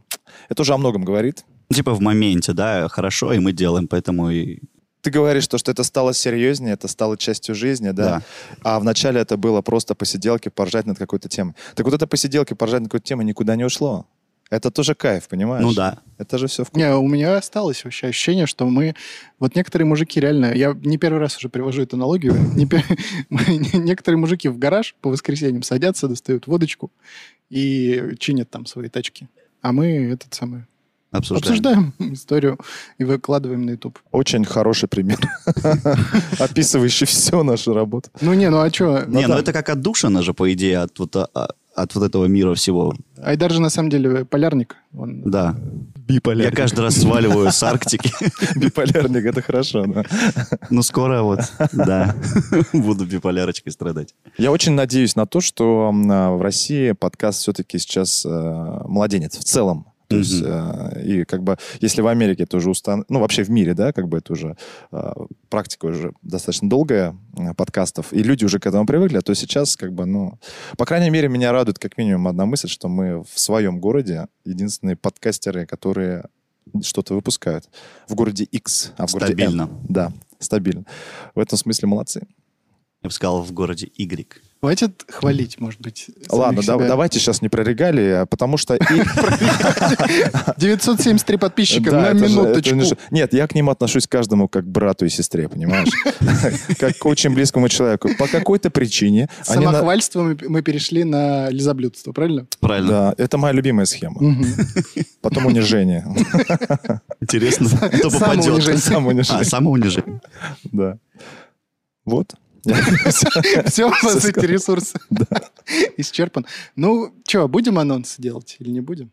Speaker 3: Это уже о многом говорит.
Speaker 1: Типа в моменте, да, хорошо, и мы делаем, поэтому и...
Speaker 3: Ты говоришь, то, что это стало серьезнее, это стало частью жизни, да?
Speaker 1: Да.
Speaker 3: А вначале это было просто посиделки, поржать над какой-то темой. Так вот это посиделки, поржать над какой-то темой никуда не ушло. Это тоже кайф, понимаешь?
Speaker 1: Ну да.
Speaker 3: Это же все в
Speaker 2: Не, у меня осталось вообще ощущение, что мы... Вот некоторые мужики реально... Я не первый раз уже привожу эту аналогию. не пе- Некоторые мужики в гараж по воскресеньям садятся, достают водочку и чинят там свои тачки. А мы этот самый...
Speaker 1: Обсуждаем.
Speaker 2: Обсуждаем историю и выкладываем на YouTube.
Speaker 3: Очень хороший пример, описывающий всю нашу работу.
Speaker 2: Ну не, ну а что?
Speaker 1: Не, ну это как отдушина же, по идее, от вот, а, а, от вот этого мира всего.
Speaker 2: Айдар же на самом деле полярник. Он
Speaker 1: Да. Я
Speaker 4: Биполярный.
Speaker 1: каждый раз сваливаю с Арктики,
Speaker 3: Биполярник, это хорошо, да.
Speaker 1: но скоро вот, да, буду биполярочкой страдать.
Speaker 3: Я очень надеюсь на то, что м, а, в России подкаст все-таки сейчас э, младенец в целом. То есть,
Speaker 1: Мгм.
Speaker 3: э, и как бы, если в Америке это уже устан... ну, вообще в мире, да, как бы это уже э, практика уже достаточно долгая э, подкастов, и люди уже к этому привыкли, то сейчас как бы, ну, по крайней мере, меня радует как минимум одна мысль, что мы в своем городе единственные подкастеры, которые что-то выпускают. В городе X, а в городе N.
Speaker 1: Стабильно.
Speaker 3: Да, стабильно. В этом смысле молодцы.
Speaker 1: Я бы сказал, в городе Y.
Speaker 2: Хватит хвалить, может быть. самих
Speaker 3: Ладно, да-
Speaker 2: себя.
Speaker 3: давайте сейчас не про регалии, а потому что... и-
Speaker 2: 973 подписчика
Speaker 3: Да,
Speaker 2: на
Speaker 3: это же- это
Speaker 2: минуточку.
Speaker 3: не же- Нет, я к ним отношусь к каждому как к брату и сестре, понимаешь? Как к очень близкому человеку. По какой-то причине... они на-
Speaker 2: Самохвальство мы, мы перешли на лизоблюдство, правильно?
Speaker 1: Правильно.
Speaker 3: Да, это моя любимая схема. Потом унижение.
Speaker 1: Интересно, кто
Speaker 2: Самоунижение.
Speaker 1: попадет.
Speaker 3: Самоунижение.
Speaker 1: А, самоунижение.
Speaker 3: Да. Вот.
Speaker 2: Все, по
Speaker 3: Всё
Speaker 2: сути,
Speaker 3: сказал.
Speaker 2: ресурс исчерпан. Ну, что, будем анонс делать или не будем?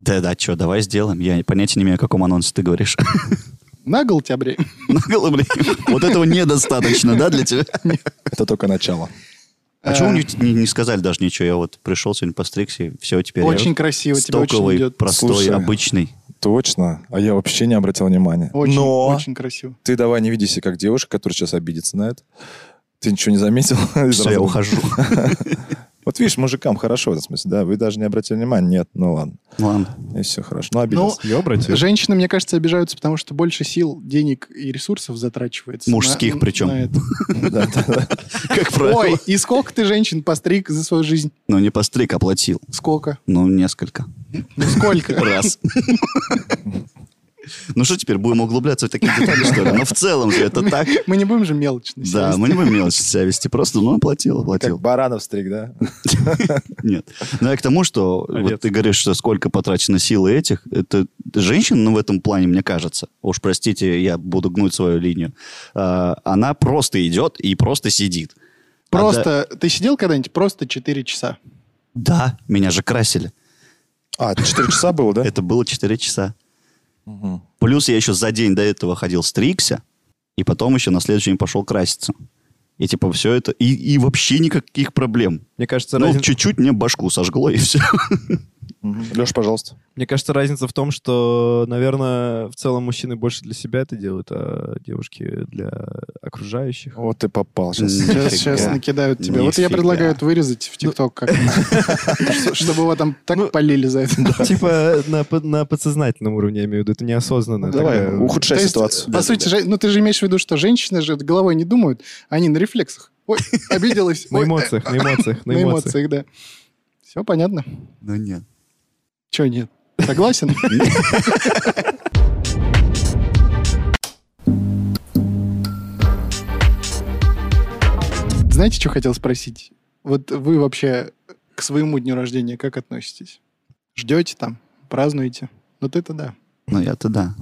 Speaker 1: Да, да, что, давай сделаем. Я понятия не имею, о каком анонсе ты говоришь.
Speaker 2: На гол тебя, Брей.
Speaker 1: Наголо, блин. Вот этого недостаточно, да, для тебя?
Speaker 3: Это только начало.
Speaker 1: А
Speaker 2: Э,
Speaker 1: чего не, не- не сказали даже ничего? Я вот пришел сегодня постригся, и все, теперь
Speaker 2: Очень
Speaker 1: я
Speaker 2: красиво, тебе очень
Speaker 1: стоковый,
Speaker 2: идет.
Speaker 1: простой,
Speaker 3: Слушай.
Speaker 1: обычный.
Speaker 3: Точно. А я вообще не обратил внимания.
Speaker 2: Очень,
Speaker 3: Но
Speaker 2: очень красиво.
Speaker 3: ты давай не видись как девушка, которая сейчас обидится на это. Ты ничего не заметил?
Speaker 1: Все, я ухожу.
Speaker 3: Вот видишь, мужикам хорошо в этом смысле, да? Вы даже не обратили внимания? Нет, ну ладно.
Speaker 1: Ладно.
Speaker 3: И все хорошо. Ну, обиделся.
Speaker 4: Я обратил.
Speaker 2: Женщины, мне кажется, обижаются, потому что больше сил, денег и ресурсов затрачивается. на-
Speaker 1: Мужских причем.
Speaker 2: на это.
Speaker 3: Да, да, да.
Speaker 1: Как
Speaker 2: Ой,
Speaker 1: правило.
Speaker 2: и сколько ты женщин постриг за свою жизнь?
Speaker 1: Ну, не постриг, оплатил.
Speaker 2: Сколько?
Speaker 1: Ну, несколько.
Speaker 2: Ну, Сколько?
Speaker 1: Раз. Ну что теперь, будем углубляться в такие детали, что ли? Но в целом же это так.
Speaker 2: Мы не будем же мелочно себя
Speaker 1: Да,
Speaker 2: вести.
Speaker 1: мы а не будем мелочи себя вести. Просто, ну, оплатил,
Speaker 3: Как
Speaker 1: оплатил.
Speaker 3: баранов стриг, да?
Speaker 1: Нет. Но я к тому, что
Speaker 4: Молодец.
Speaker 1: вот ты говоришь, что сколько потрачено силы этих, это женщина, ну, в этом плане, мне кажется, уж простите, я буду гнуть свою линию, а, она просто идет и просто сидит. А да-
Speaker 2: Просто, ты сидел когда-нибудь просто 4 часа?
Speaker 1: да, меня же красили.
Speaker 3: А, 4 часа было, да?
Speaker 1: Это было 4 часа.
Speaker 3: Мгм.
Speaker 1: Плюс я еще за день до этого ходил стригся, и потом еще на следующий день пошел краситься. И типа все это... И, и вообще никаких проблем.
Speaker 4: Мне кажется,
Speaker 1: ну,
Speaker 4: разница-
Speaker 1: чуть-чуть мне башку сожгло, и все.
Speaker 3: Леш, пожалуйста.
Speaker 4: Мне кажется, разница в том, что, наверное, в целом мужчины больше для себя это делают, а девушки для окружающих.
Speaker 3: Вот ты попал сейчас.
Speaker 1: М.
Speaker 2: Сейчас,
Speaker 1: Нифига.
Speaker 2: сейчас накидают тебе. Вот я
Speaker 1: Нифига.
Speaker 2: предлагаю это вырезать в ТикТок как Чтобы его там
Speaker 4: Ну,
Speaker 2: так полили за это.
Speaker 4: Типа на, под- на подсознательном уровне, я имею в виду, это неосознанно.
Speaker 3: Ну, Давай, э,
Speaker 4: такая-
Speaker 2: То
Speaker 3: ухудшай
Speaker 2: есть,
Speaker 3: ситуацию.
Speaker 2: По сути, же, ну ты же имеешь в виду, что женщины же головой не думают, они на рефлексах. Ой, обиделась.
Speaker 4: На
Speaker 2: Ой,
Speaker 4: эмоциях, на эмоциях,
Speaker 2: На эмоциях, да. Все понятно.
Speaker 1: Ну нет.
Speaker 2: Че нет? Согласен? Знаете, что хотел спросить? Вот вы вообще к своему дню рождения как относитесь? Ждете там? Празднуете? Вот это да.
Speaker 1: Ну я-то да.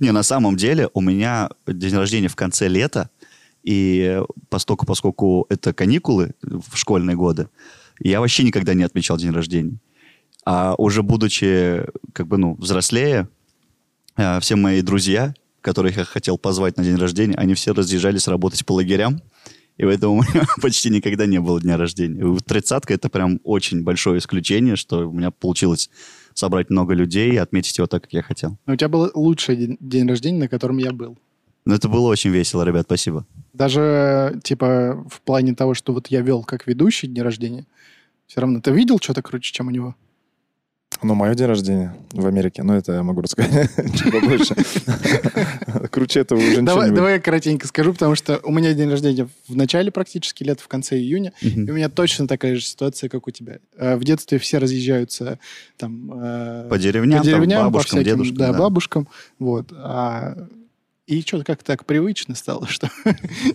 Speaker 1: Не, на самом деле у меня день рождения в конце лета, и поскольку, поскольку это каникулы в школьные годы, я вообще никогда не отмечал день рождения. А уже будучи, как бы, ну, взрослее, э, все мои друзья, которых я хотел позвать на день рождения, они все разъезжались работать по лагерям, и поэтому у меня почти никогда не было дня рождения. Вот Тридцатка — это прям очень большое исключение, что у меня получилось собрать много людей и отметить его так, как я хотел.
Speaker 2: Но у тебя был лучший день, день рождения, на котором я был.
Speaker 1: Но Ну, это было очень весело, ребят, спасибо.
Speaker 2: Даже, типа, в плане того, что вот я вел как ведущий дни рождения, все равно ты видел что-то круче, чем у него?
Speaker 3: Ну, мое день рождения в Америке. Ну, это я могу рассказать чуть побольше. Круче этого уже ничего
Speaker 2: Давай,
Speaker 3: не будет.
Speaker 2: давай я коротенько скажу, потому что у меня день рождения в начале практически лет, в конце июня, и у меня точно такая же ситуация, как у тебя. Э, В детстве все разъезжаются там э,
Speaker 1: По деревням, там, бабушкам,
Speaker 2: всяким,
Speaker 1: дедушкам.
Speaker 2: да,
Speaker 1: да.
Speaker 2: бабушкам, вот. А, и что-то как так привычно стало, что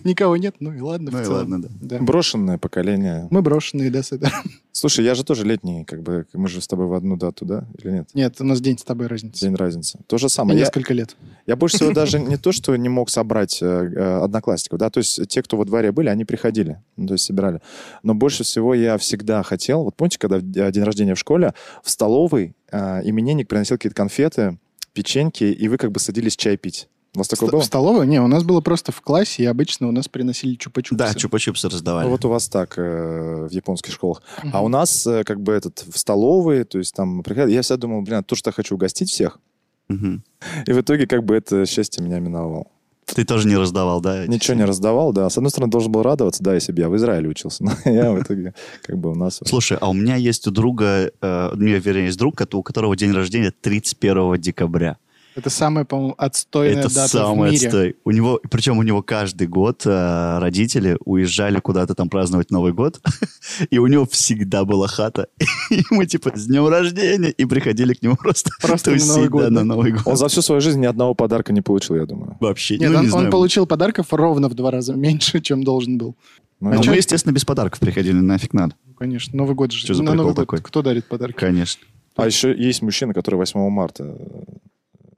Speaker 2: никого нет, ну и ладно. в
Speaker 1: Ну и
Speaker 2: целом.
Speaker 1: ладно, да.
Speaker 2: Да.
Speaker 3: Брошенное поколение.
Speaker 2: Мы брошенные, да, с этой-
Speaker 3: Слушай, я же тоже летний, как бы мы же с тобой в одну дату, да? Или нет?
Speaker 2: Нет, у нас день с тобой разница.
Speaker 3: День разницы. То же
Speaker 2: И
Speaker 3: самое. Я,
Speaker 2: Несколько лет.
Speaker 3: я больше всего даже не то, что не мог собрать э, э, одноклассников, да, то есть те, кто во дворе были, они приходили, ну, то есть собирали. Но больше всего я всегда хотел, вот помните, когда в д- день рождения в школе, в столовой э, именинник приносил какие-то конфеты, печеньки, и вы как бы садились чай пить. У вас такое
Speaker 2: Ст-
Speaker 3: было?
Speaker 2: В столовой? Не, у нас было просто в классе, и обычно у нас приносили чупа-чупсы.
Speaker 1: Да, чупа-чупсы
Speaker 3: Ну,
Speaker 1: раздавали.
Speaker 3: Вот у вас так э, в японских школах.
Speaker 2: Мгм.
Speaker 3: А у нас э, как бы этот в столовые, то есть там приходят. Я всегда думал, блин, а то, что я хочу угостить всех.
Speaker 1: Мгм.
Speaker 3: И в итоге как бы это счастье меня миновало.
Speaker 1: Ты тоже не раздавал, да? эти
Speaker 3: Ничего не раздавал, да. С одной стороны, должен был радоваться, да, если бы я в Израиле учился. Но я в итоге как бы у нас...
Speaker 1: Слушай, а у меня есть у друга, э, у меня, вернее, есть друг, кото- у которого день рождения 31 декабря.
Speaker 2: Это самая, по-моему, отстойная
Speaker 1: это
Speaker 2: дата
Speaker 1: самый
Speaker 2: в мире.
Speaker 1: отстой. У него, причем у него каждый год э, родители уезжали куда-то там праздновать Новый год, и у него всегда была хата. И мы типа с днем рождения и приходили к нему просто,
Speaker 2: Просто на
Speaker 1: тусить,
Speaker 2: Новый год,
Speaker 1: да,
Speaker 2: да?
Speaker 1: на Новый год.
Speaker 3: Он за всю свою жизнь ни одного подарка не получил, я думаю.
Speaker 1: Вообще,
Speaker 2: Нет,
Speaker 1: ну,
Speaker 2: он,
Speaker 1: не
Speaker 2: он
Speaker 1: знаю.
Speaker 2: получил подарков ровно в два раза меньше, чем должен был.
Speaker 3: Ну,
Speaker 1: Но
Speaker 2: А
Speaker 3: ну,
Speaker 2: чё-
Speaker 1: мы, естественно, без подарков приходили, нафиг надо.
Speaker 2: Ну, конечно, Новый год же.
Speaker 1: Чё за
Speaker 2: На
Speaker 1: прикол
Speaker 2: Новый год
Speaker 1: такой?
Speaker 2: кто дарит подарки?
Speaker 1: Конечно.
Speaker 3: А еще есть мужчины, которые 8 марта э,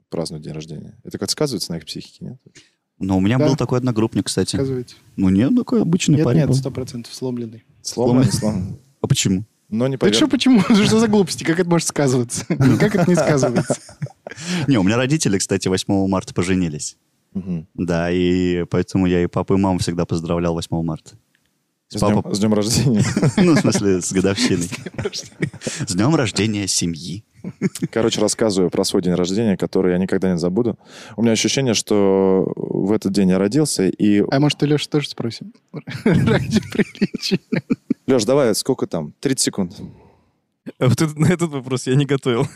Speaker 3: празднуют день рождения. Это как сказывается на их психике, нет?
Speaker 1: Но у меня
Speaker 2: Да.
Speaker 1: был такой одногруппник, кстати.
Speaker 2: Сказывайте.
Speaker 1: Ну, нет, такой обычный
Speaker 2: Нет,
Speaker 1: парень
Speaker 2: нет,
Speaker 1: был.
Speaker 2: сто процентов сломленный.
Speaker 3: Сломано, не сломано.
Speaker 1: А почему?
Speaker 3: Но не
Speaker 2: Так что
Speaker 3: поверю.
Speaker 2: почему? Что за глупости? Как это может сказываться? Ну, Как это не сказывается?
Speaker 1: Не, у меня родители, кстати, 8 марта поженились.
Speaker 3: Мгм.
Speaker 1: Да, и поэтому я и папу, и маму всегда поздравлял 8 марта.
Speaker 3: С
Speaker 1: С
Speaker 3: днем-
Speaker 1: папой.
Speaker 3: с днем рождения.
Speaker 1: Ну, в смысле, с годовщиной. С днем рождения семьи.
Speaker 3: Короче, рассказываю про свой день рождения, который я никогда не забуду. У меня ощущение, что в этот день я родился, и...
Speaker 2: А может, и Леша тоже спросим? Ради приличия.
Speaker 3: Леш, давай, сколько там? 30 секунд.
Speaker 4: А вот этот- на этот вопрос я не готовил.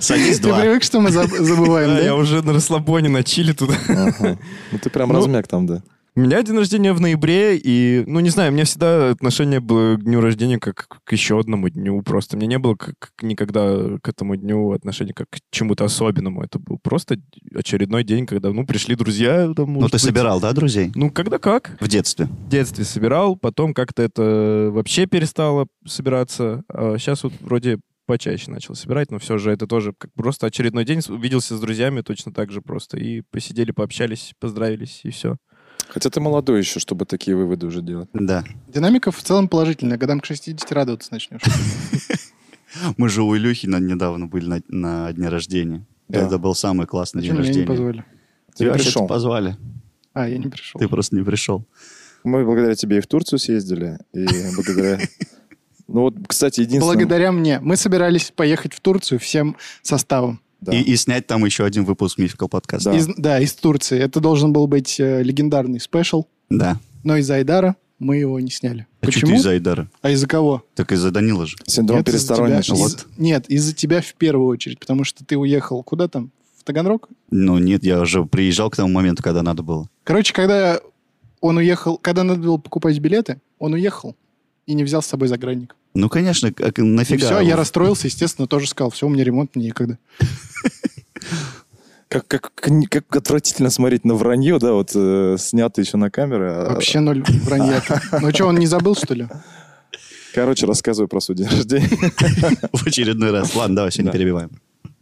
Speaker 1: Садись
Speaker 2: Ты
Speaker 1: два.
Speaker 2: привык, что мы заб-
Speaker 4: Да,
Speaker 2: забываем,
Speaker 4: я
Speaker 2: да?
Speaker 4: уже на расслабоне, на чили тут.
Speaker 3: Ага. Ну, ты прям
Speaker 4: Ну,
Speaker 3: размяк там, да.
Speaker 4: У меня день рождения в ноябре, и, ну, не знаю, у меня всегда отношение было к дню рождения как к еще одному дню просто. У меня не было как, как никогда к этому дню отношения как к чему-то особенному. Это был просто очередной день, когда, ну, пришли друзья. Там,
Speaker 1: Ну,
Speaker 4: может
Speaker 1: ты
Speaker 4: быть.
Speaker 1: собирал, да, друзей?
Speaker 4: Ну, когда как.
Speaker 1: В детстве.
Speaker 4: В детстве собирал, потом как-то это вообще перестало собираться. А сейчас вот вроде почаще начал собирать, но все же это тоже как просто очередной день. Увиделся с друзьями точно так же просто. И посидели, пообщались, поздравились, и все.
Speaker 3: Хотя ты молодой еще, чтобы такие выводы уже делать.
Speaker 1: Да.
Speaker 2: Динамика в целом положительная. Годам к 60 радоваться начнешь.
Speaker 1: Мы же у Илюхи на- недавно были на, на дне рождения.
Speaker 3: Да.
Speaker 1: Это был самый классный день
Speaker 2: Почему меня не
Speaker 1: рождения.
Speaker 2: позвали?
Speaker 3: Ты
Speaker 1: Тебя
Speaker 3: пришел.
Speaker 1: вообще-то позвали.
Speaker 2: А, я не пришел.
Speaker 1: Ты просто не пришел.
Speaker 3: Мы благодаря тебе и в Турцию съездили, и благодаря... Ну вот, кстати, единственное...
Speaker 2: Благодаря мне. Мы собирались поехать в Турцию всем составом.
Speaker 3: Да.
Speaker 1: И, и снять там еще один выпуск мификал подкаста.
Speaker 3: Да.
Speaker 2: Из, да, из Турции. Это должен был быть э, легендарный спешл,
Speaker 1: Да.
Speaker 2: но из-за Айдара мы его не сняли.
Speaker 1: А чё
Speaker 2: Почему?
Speaker 1: ты из-за Айдара?
Speaker 2: А из-за кого?
Speaker 1: Так из-за Данила же.
Speaker 3: Синдром
Speaker 2: Нет, из-за
Speaker 3: пересторонней
Speaker 2: тебя-
Speaker 3: шалот.
Speaker 2: из- Нет, из-за тебя в первую очередь, потому что ты уехал куда там? В Таганрог?
Speaker 1: Ну нет, я уже приезжал к тому моменту, когда надо было.
Speaker 2: Короче, когда он уехал, когда надо было покупать билеты, он уехал и не взял с собой загранник.
Speaker 1: Ну, конечно, как-
Speaker 2: И
Speaker 1: нафига.
Speaker 2: все, я
Speaker 1: Вот.
Speaker 2: расстроился, естественно, тоже сказал, все, у меня ремонт, мне некогда.
Speaker 3: Как, как, как- как отвратительно смотреть на вранье, да, вот э, снято еще на камеры. А-
Speaker 2: Вообще ноль вранья. Ну что, он не забыл, что ли?
Speaker 3: Короче, рассказываю про свой день рождения.
Speaker 1: В очередной раз. Ладно, давай, все, не
Speaker 3: Да.
Speaker 1: перебиваем.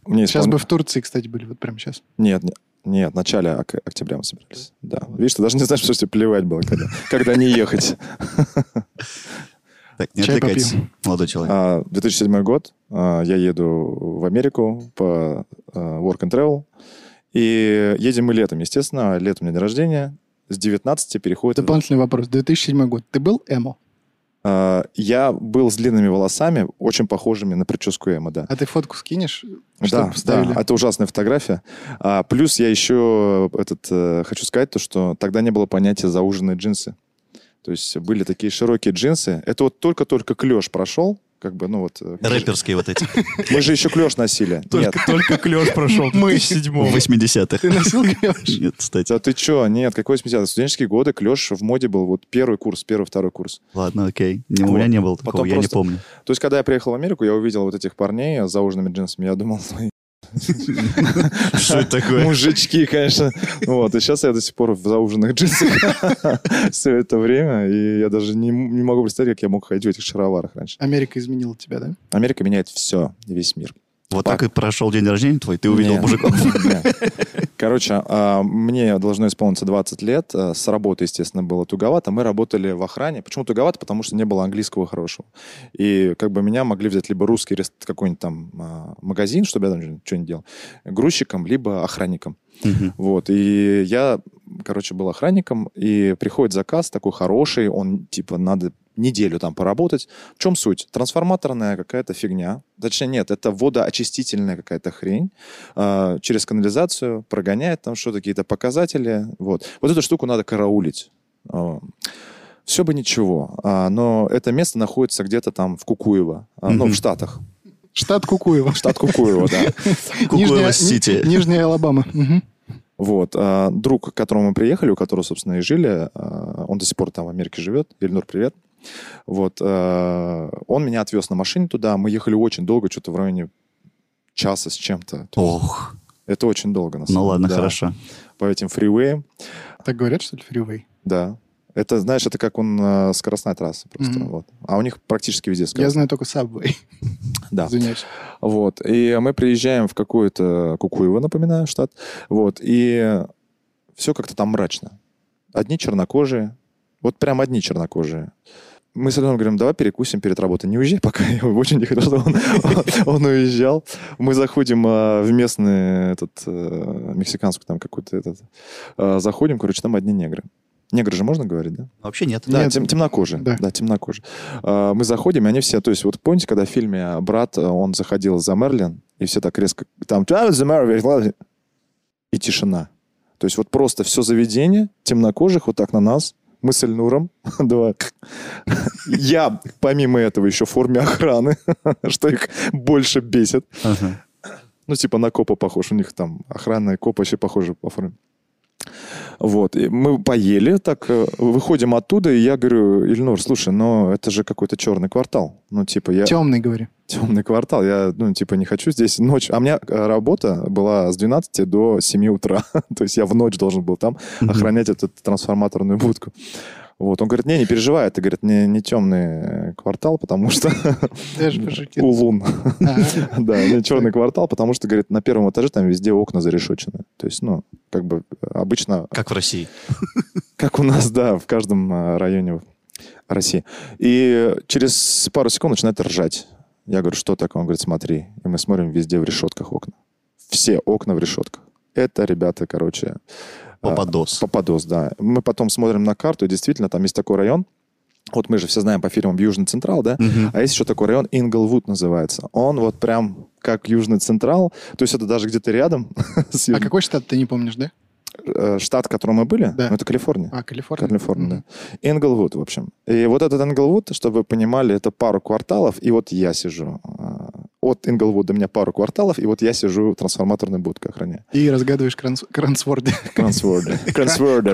Speaker 3: Мне
Speaker 2: Сейчас
Speaker 3: исполни-
Speaker 2: бы в Турции, кстати, были, вот прямо сейчас.
Speaker 3: Нет, не- нет, в начале ок- октября мы собирались. Да. Видишь, ты даже не знаешь, что тебе плевать было, когда, когда не ехать.
Speaker 1: Так, не
Speaker 2: Чай
Speaker 1: отвлекайтесь, молодой человек.
Speaker 3: А, 2007 год. а, Я еду в Америку по а, work and travel. И едем мы летом, естественно. а Летом у меня день рождения. С 19 переходит...
Speaker 2: Дополнительный вопрос. 2007 год. Ты был эмо?
Speaker 3: А, Я был с длинными волосами, очень похожими на прическу Эмма, да.
Speaker 2: А ты фотку скинешь?
Speaker 3: Да,
Speaker 2: Чтобы вставили?
Speaker 3: да, это ужасная фотография. А, плюс я еще этот, э, хочу сказать то, что тогда не было понятия зауженные джинсы. То есть были такие широкие джинсы. Это вот только-только клеш прошел, как бы, ну вот... э, мы же-
Speaker 1: Рэперские вот эти.
Speaker 3: Мы же еще клеш носили. Нет,
Speaker 4: Только, только клеш прошел.
Speaker 2: Мы.
Speaker 4: Мы
Speaker 1: В 80-х.
Speaker 2: Ты носил клеш?
Speaker 1: Нет, кстати.
Speaker 3: да «А ты че? Нет, какой 80 Студенческие годы клеш в моде был вот первый курс, первый-второй курс.
Speaker 1: Ладно, окей. Не, У
Speaker 3: Вот.
Speaker 1: меня не было такого,
Speaker 3: Потом
Speaker 1: я не
Speaker 3: просто-
Speaker 1: помню.
Speaker 3: То есть, когда я приехал в Америку, я увидел вот этих парней с зауженными джинсами. Я думал, ну,
Speaker 1: Что это такое?
Speaker 3: Мужички, конечно. Вот, и сейчас я до сих пор в зауженных джинсах все это время, и я даже не, м- не могу представить, как я мог ходить в этих шароварах раньше.
Speaker 2: Америка изменила тебя, да?
Speaker 3: Америка меняет все, весь мир.
Speaker 1: Вот так и прошел день рождения твой, ты увидел
Speaker 3: Не.
Speaker 1: мужиков.
Speaker 3: Не. Короче, а, мне должно исполниться 20 лет. А, С работы, естественно, было туговато. Мы работали в охране. Почему туговато? Потому что не было английского хорошего. И как бы меня могли взять либо русский рест- какой-нибудь там а, магазин, чтобы я там что-нибудь делал, грузчиком, либо охранником.
Speaker 1: Мгм.
Speaker 3: Вот, и я, короче, был охранником, и приходит заказ такой хороший, он, типа, надо неделю там поработать. В чем суть? Трансформаторная какая-то фигня. Точнее, нет, это водоочистительная какая-то хрень. А, через канализацию прогоняет там что-то, какие-то показатели. Вот. Вот эту штуку надо караулить. все бы ничего, а, но это место находится где-то там в Кукуево, а, ну,
Speaker 1: Мгм.
Speaker 3: в Штатах.
Speaker 2: Штат Кукуева.
Speaker 3: Штат Кукуево, да.
Speaker 1: Кукуева
Speaker 2: Нижняя-
Speaker 1: Сити.
Speaker 2: Ни- Нижняя Алабама. Мгм.
Speaker 3: Вот. а, Друг, к которому мы приехали, у которого, собственно, и жили, а, он до сих пор там в Америке живет. Ильнур, привет. Вот. а, Он меня отвез на машине туда. Мы ехали очень долго, что-то в районе часа с чем-то.
Speaker 1: Ох,
Speaker 3: Это очень долго, на самом
Speaker 1: ну ладно,
Speaker 3: да,
Speaker 1: хорошо.
Speaker 3: По этим фривеям,
Speaker 2: Так говорят, что ли, фривей?
Speaker 3: да. Это, знаешь, это как он а, скоростная трасса просто.
Speaker 2: Мгм.
Speaker 3: Вот. А у них практически везде
Speaker 2: Я
Speaker 3: скорость.
Speaker 2: знаю только Subway.
Speaker 3: Да.
Speaker 2: Извиняюсь.
Speaker 3: Вот. И мы приезжаем в какую-то Кукуево, напоминаю, штат. Вот. И все как-то там мрачно. Одни чернокожие. Вот прям одни чернокожие. Мы с Аленой говорим, давай перекусим перед работой. Не уезжай пока. Я очень не хочу, чтобы он, он уезжал. Мы заходим а, в местный этот, э, мексиканскую там какую-то этот... э, заходим, короче, там одни негры. Негры же можно говорить, да?
Speaker 1: Вообще нет.
Speaker 3: Да,
Speaker 2: Нет.
Speaker 3: тем- темнокожие.
Speaker 2: Да.
Speaker 3: Да. темнокожие. А, Мы заходим, и они все... То есть вот помните, когда в фильме «Брат», э, он заходил за Мерлин, и все так резко... Там... «Ah, the Merlin, Merlin». И тишина. То есть вот просто все заведение темнокожих вот так на нас, мы с Эльнуром, два. Я, помимо этого, еще в форме охраны, что их больше бесит.
Speaker 1: Ага.
Speaker 3: Ну, типа на копа похож. У них там охрана и коп вообще похожи по форме. Вот. И мы поели, так э, выходим оттуда, и я говорю, Ильнур, слушай, но это же какой-то черный квартал. Ну, типа, я...
Speaker 2: Темный, говори.
Speaker 3: Темный квартал. Я, ну, типа, не хочу здесь ночь. А у меня э, работа была с 12 до 7 утра. То есть я в ночь должен был там охранять эту трансформаторную будку. Вот. Он говорит, не, не переживай, это, говорит, не, не темный квартал, потому что
Speaker 2: Даже пожитит.
Speaker 3: улун.
Speaker 2: Ага.
Speaker 3: Да, не черный квартал, потому что, говорит, на первом этаже там везде окна зарешечены. То есть, ну, как бы обычно,
Speaker 1: Как в России.
Speaker 3: как у нас, да, в каждом э, районе России. И через пару секунд начинает ржать. Я говорю, что такое? Он говорит, смотри. И мы смотрим везде в решетках окна. Все окна в решетках. Это, ребята, короче... э,
Speaker 1: Попадос.
Speaker 3: Попадос, да. Мы потом смотрим на карту, и действительно, там есть такой район, Вот мы же все знаем по фильмам Южный Централ, да?
Speaker 1: Мгм.
Speaker 3: А есть еще такой район, Инглвуд называется. Он вот прям как Южный Централ. То есть это даже где-то рядом с
Speaker 2: А
Speaker 3: Южным-
Speaker 2: какой штат ты не помнишь, да?
Speaker 3: э, штат, в котором мы были.
Speaker 2: Да.
Speaker 3: Ну, это Калифорния.
Speaker 2: А, Калифорния.
Speaker 3: Калифорния,
Speaker 2: Мгм.
Speaker 3: да. Инглвуд, в общем. И вот этот Инглвуд, чтобы вы понимали, это пару кварталов, и вот я сижу. а, От Инглвуда до меня пару кварталов, и вот я сижу в трансформаторной будке охраняю.
Speaker 2: И разгадываешь кранс- крансворды.
Speaker 3: Трансвордер.
Speaker 2: Трансвордер.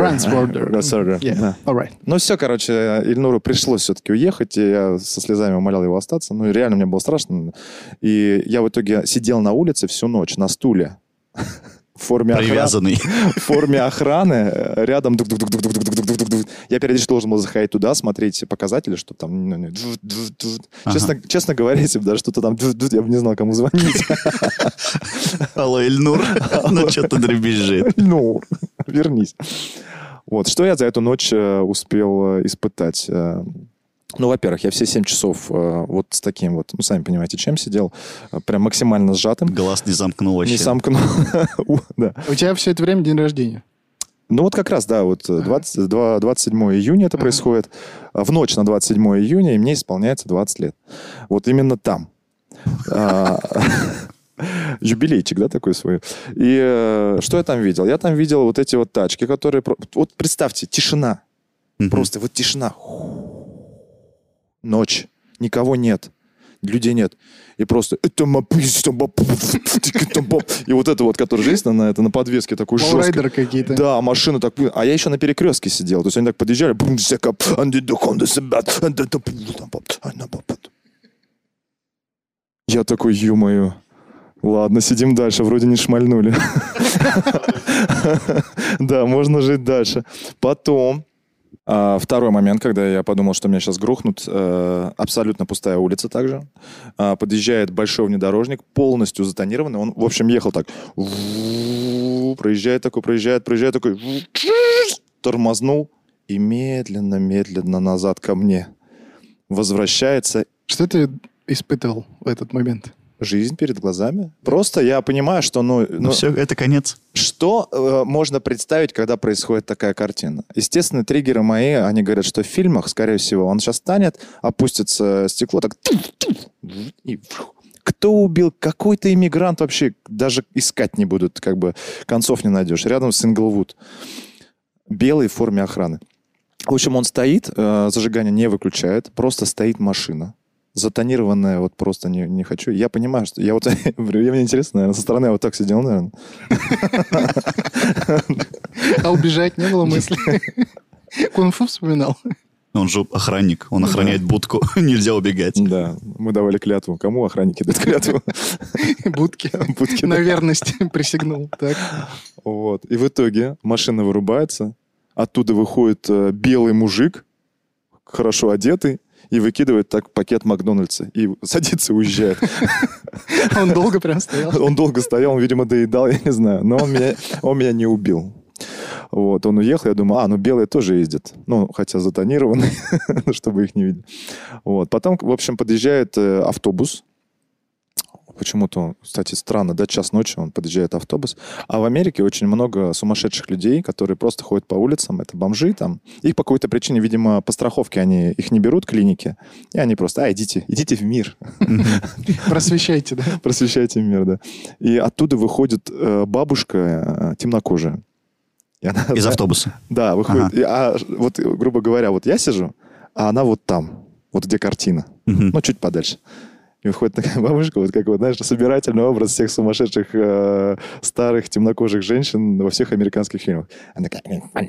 Speaker 3: Трансвордер.
Speaker 2: Yeah.
Speaker 3: Да.
Speaker 2: All right.
Speaker 3: Ну все, короче, Ильнуру пришлось все-таки уехать, и я со слезами умолял его остаться. Ну и реально мне было страшно. И я в итоге сидел на улице всю ночь на стуле в форме охраны.
Speaker 1: Привязанный.
Speaker 3: в форме охраны, э, рядом дук-дук-дук-дук-дук-дук-дук-дук-дук. Я периодически должен был заходить туда, смотреть показатели, что там... ну, не- дв- дв- дв.
Speaker 1: Ага.
Speaker 3: Честно, честно говоря, если бы даже что-то там... дв- дв, Я бы не знал, кому звонить.
Speaker 1: Алло, Ильнур. Ну, что-то дребезжит.
Speaker 3: Ну, вернись. Вот, что я за эту ночь э, успел э, испытать? Э, Ну, во-первых, я все 7 часов э, вот с таким вот, ну, сами понимаете, чем сидел, э, прям максимально сжатым.
Speaker 1: Глаз не замкнул вообще.
Speaker 3: Не сомкнул. У, да.
Speaker 2: У тебя все это время день рождения.
Speaker 3: Ну вот как раз, да, вот э, 20, два- 27 июня это
Speaker 2: Ага.
Speaker 3: происходит. А, В ночь на 27 июня, и мне исполняется 20 лет. Вот именно там. А, Юбилейчик, да, такой свой. И э, что я там видел? Я там видел вот эти вот тачки, которые... про- Вот представьте, тишина.
Speaker 1: Мгм.
Speaker 3: Просто вот тишина. Ночь. Никого нет. Людей нет. И просто... «Это ма- это ма- это ма». И вот это вот, который же есть на- на это- на подвеске такой жесткий.
Speaker 2: Лоурайдеры какие-то.
Speaker 3: Да, машина так... А я еще на перекрестке сидел. То есть они так подъезжали. бум, всяко, and the Honda Sabbath, and the- and the- а Я такой, ё-моё. Ладно, сидим дальше. Вроде не шмальнули. Да, можно жить дальше. Потом... а, Второй момент, когда я подумал, что меня сейчас грохнут, э, абсолютно пустая улица также. А, Подъезжает большой внедорожник, полностью затонированный. Он, в общем, ехал так. Проезжает такой, проезжает, проезжает такой. Тормознул и медленно-медленно назад ко мне. Возвращается
Speaker 2: Что ты испытывал в этот момент?
Speaker 3: жизнь перед глазами. Просто я понимаю, что ну,
Speaker 1: Ну
Speaker 3: ну,
Speaker 1: все, это конец.
Speaker 3: что э, можно представить, когда происходит такая картина? Естественно, триггеры мои, они говорят, что в фильмах, скорее всего, он сейчас станет, опустится стекло, так... и фух. Кто убил? Какой-то иммигрант вообще? Даже искать не будут, как бы концов не найдешь. Рядом с Инглвуд. Белый в форме охраны. В общем, он стоит, э, зажигание не выключает, просто стоит машина. Затонированная, вот просто не, не хочу. Я понимаю, что... Я вот... мне интересно, наверное, со стороны я вот так сидел, наверное.
Speaker 2: А убежать не было мысли. Кунг-фу вспоминал.
Speaker 1: Он же охранник, он охраняет будку. Нельзя убегать.
Speaker 3: Да, мы давали клятву. Кому охранники дают клятву?
Speaker 2: Будки.
Speaker 3: Будки, да.
Speaker 2: На верность присягнул. Так.
Speaker 3: Вот. И в итоге машина вырубается, оттуда выходит э, белый мужик, хорошо одетый, и выкидывает так пакет Макдональдса. И садится и уезжает.
Speaker 2: Он долго прям стоял.
Speaker 3: Он долго стоял, он, видимо, доедал, я не знаю. Но он меня, он меня не убил. Вот, он уехал, я думаю, а, ну белые тоже ездят. Ну, хотя затонированные, ну, чтобы их не видели. Вот, потом, в общем, подъезжает э, автобус. Почему-то, кстати, странно, да, час ночи он подъезжает автобус. А в Америке очень много сумасшедших людей, которые просто ходят по улицам, это бомжи там. Их по какой-то причине, видимо, по страховке они их не берут, клиники, и они просто, а, идите, идите в мир.
Speaker 2: Просвещайте, да?
Speaker 3: Просвещайте мир, да. И оттуда выходит э, бабушка э, темнокожая. И она,
Speaker 1: Из автобуса.
Speaker 3: Да, выходит. И, а, ж- вот, э, грубо говоря, вот я сижу, а она вот там, вот где картина.
Speaker 1: Мгм.
Speaker 3: Ну, чуть подальше. И выходит такая бабушка, вот как вот, знаешь, собирательный образ всех сумасшедших э, старых темнокожих женщин во всех американских фильмах. Она такая, «Ну, «Ну,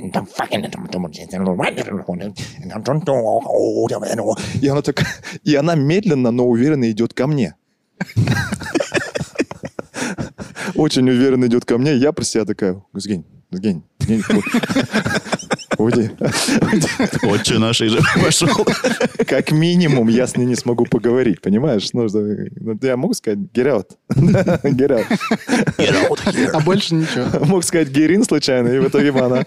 Speaker 3: и она так, и она медленно, но уверенно идет ко мне. Очень уверенно идет ко мне. Я про себя такая, сгинь, сгинь, сгинь. Уйди. Уйди.
Speaker 1: Отче наш и же пошел.
Speaker 3: Как минимум, я с ней не смогу поговорить, понимаешь? Ну, что- ну, я могу сказать get out. Get out.
Speaker 2: А больше ничего.
Speaker 3: Мог сказать Герин случайно, и в итоге бы она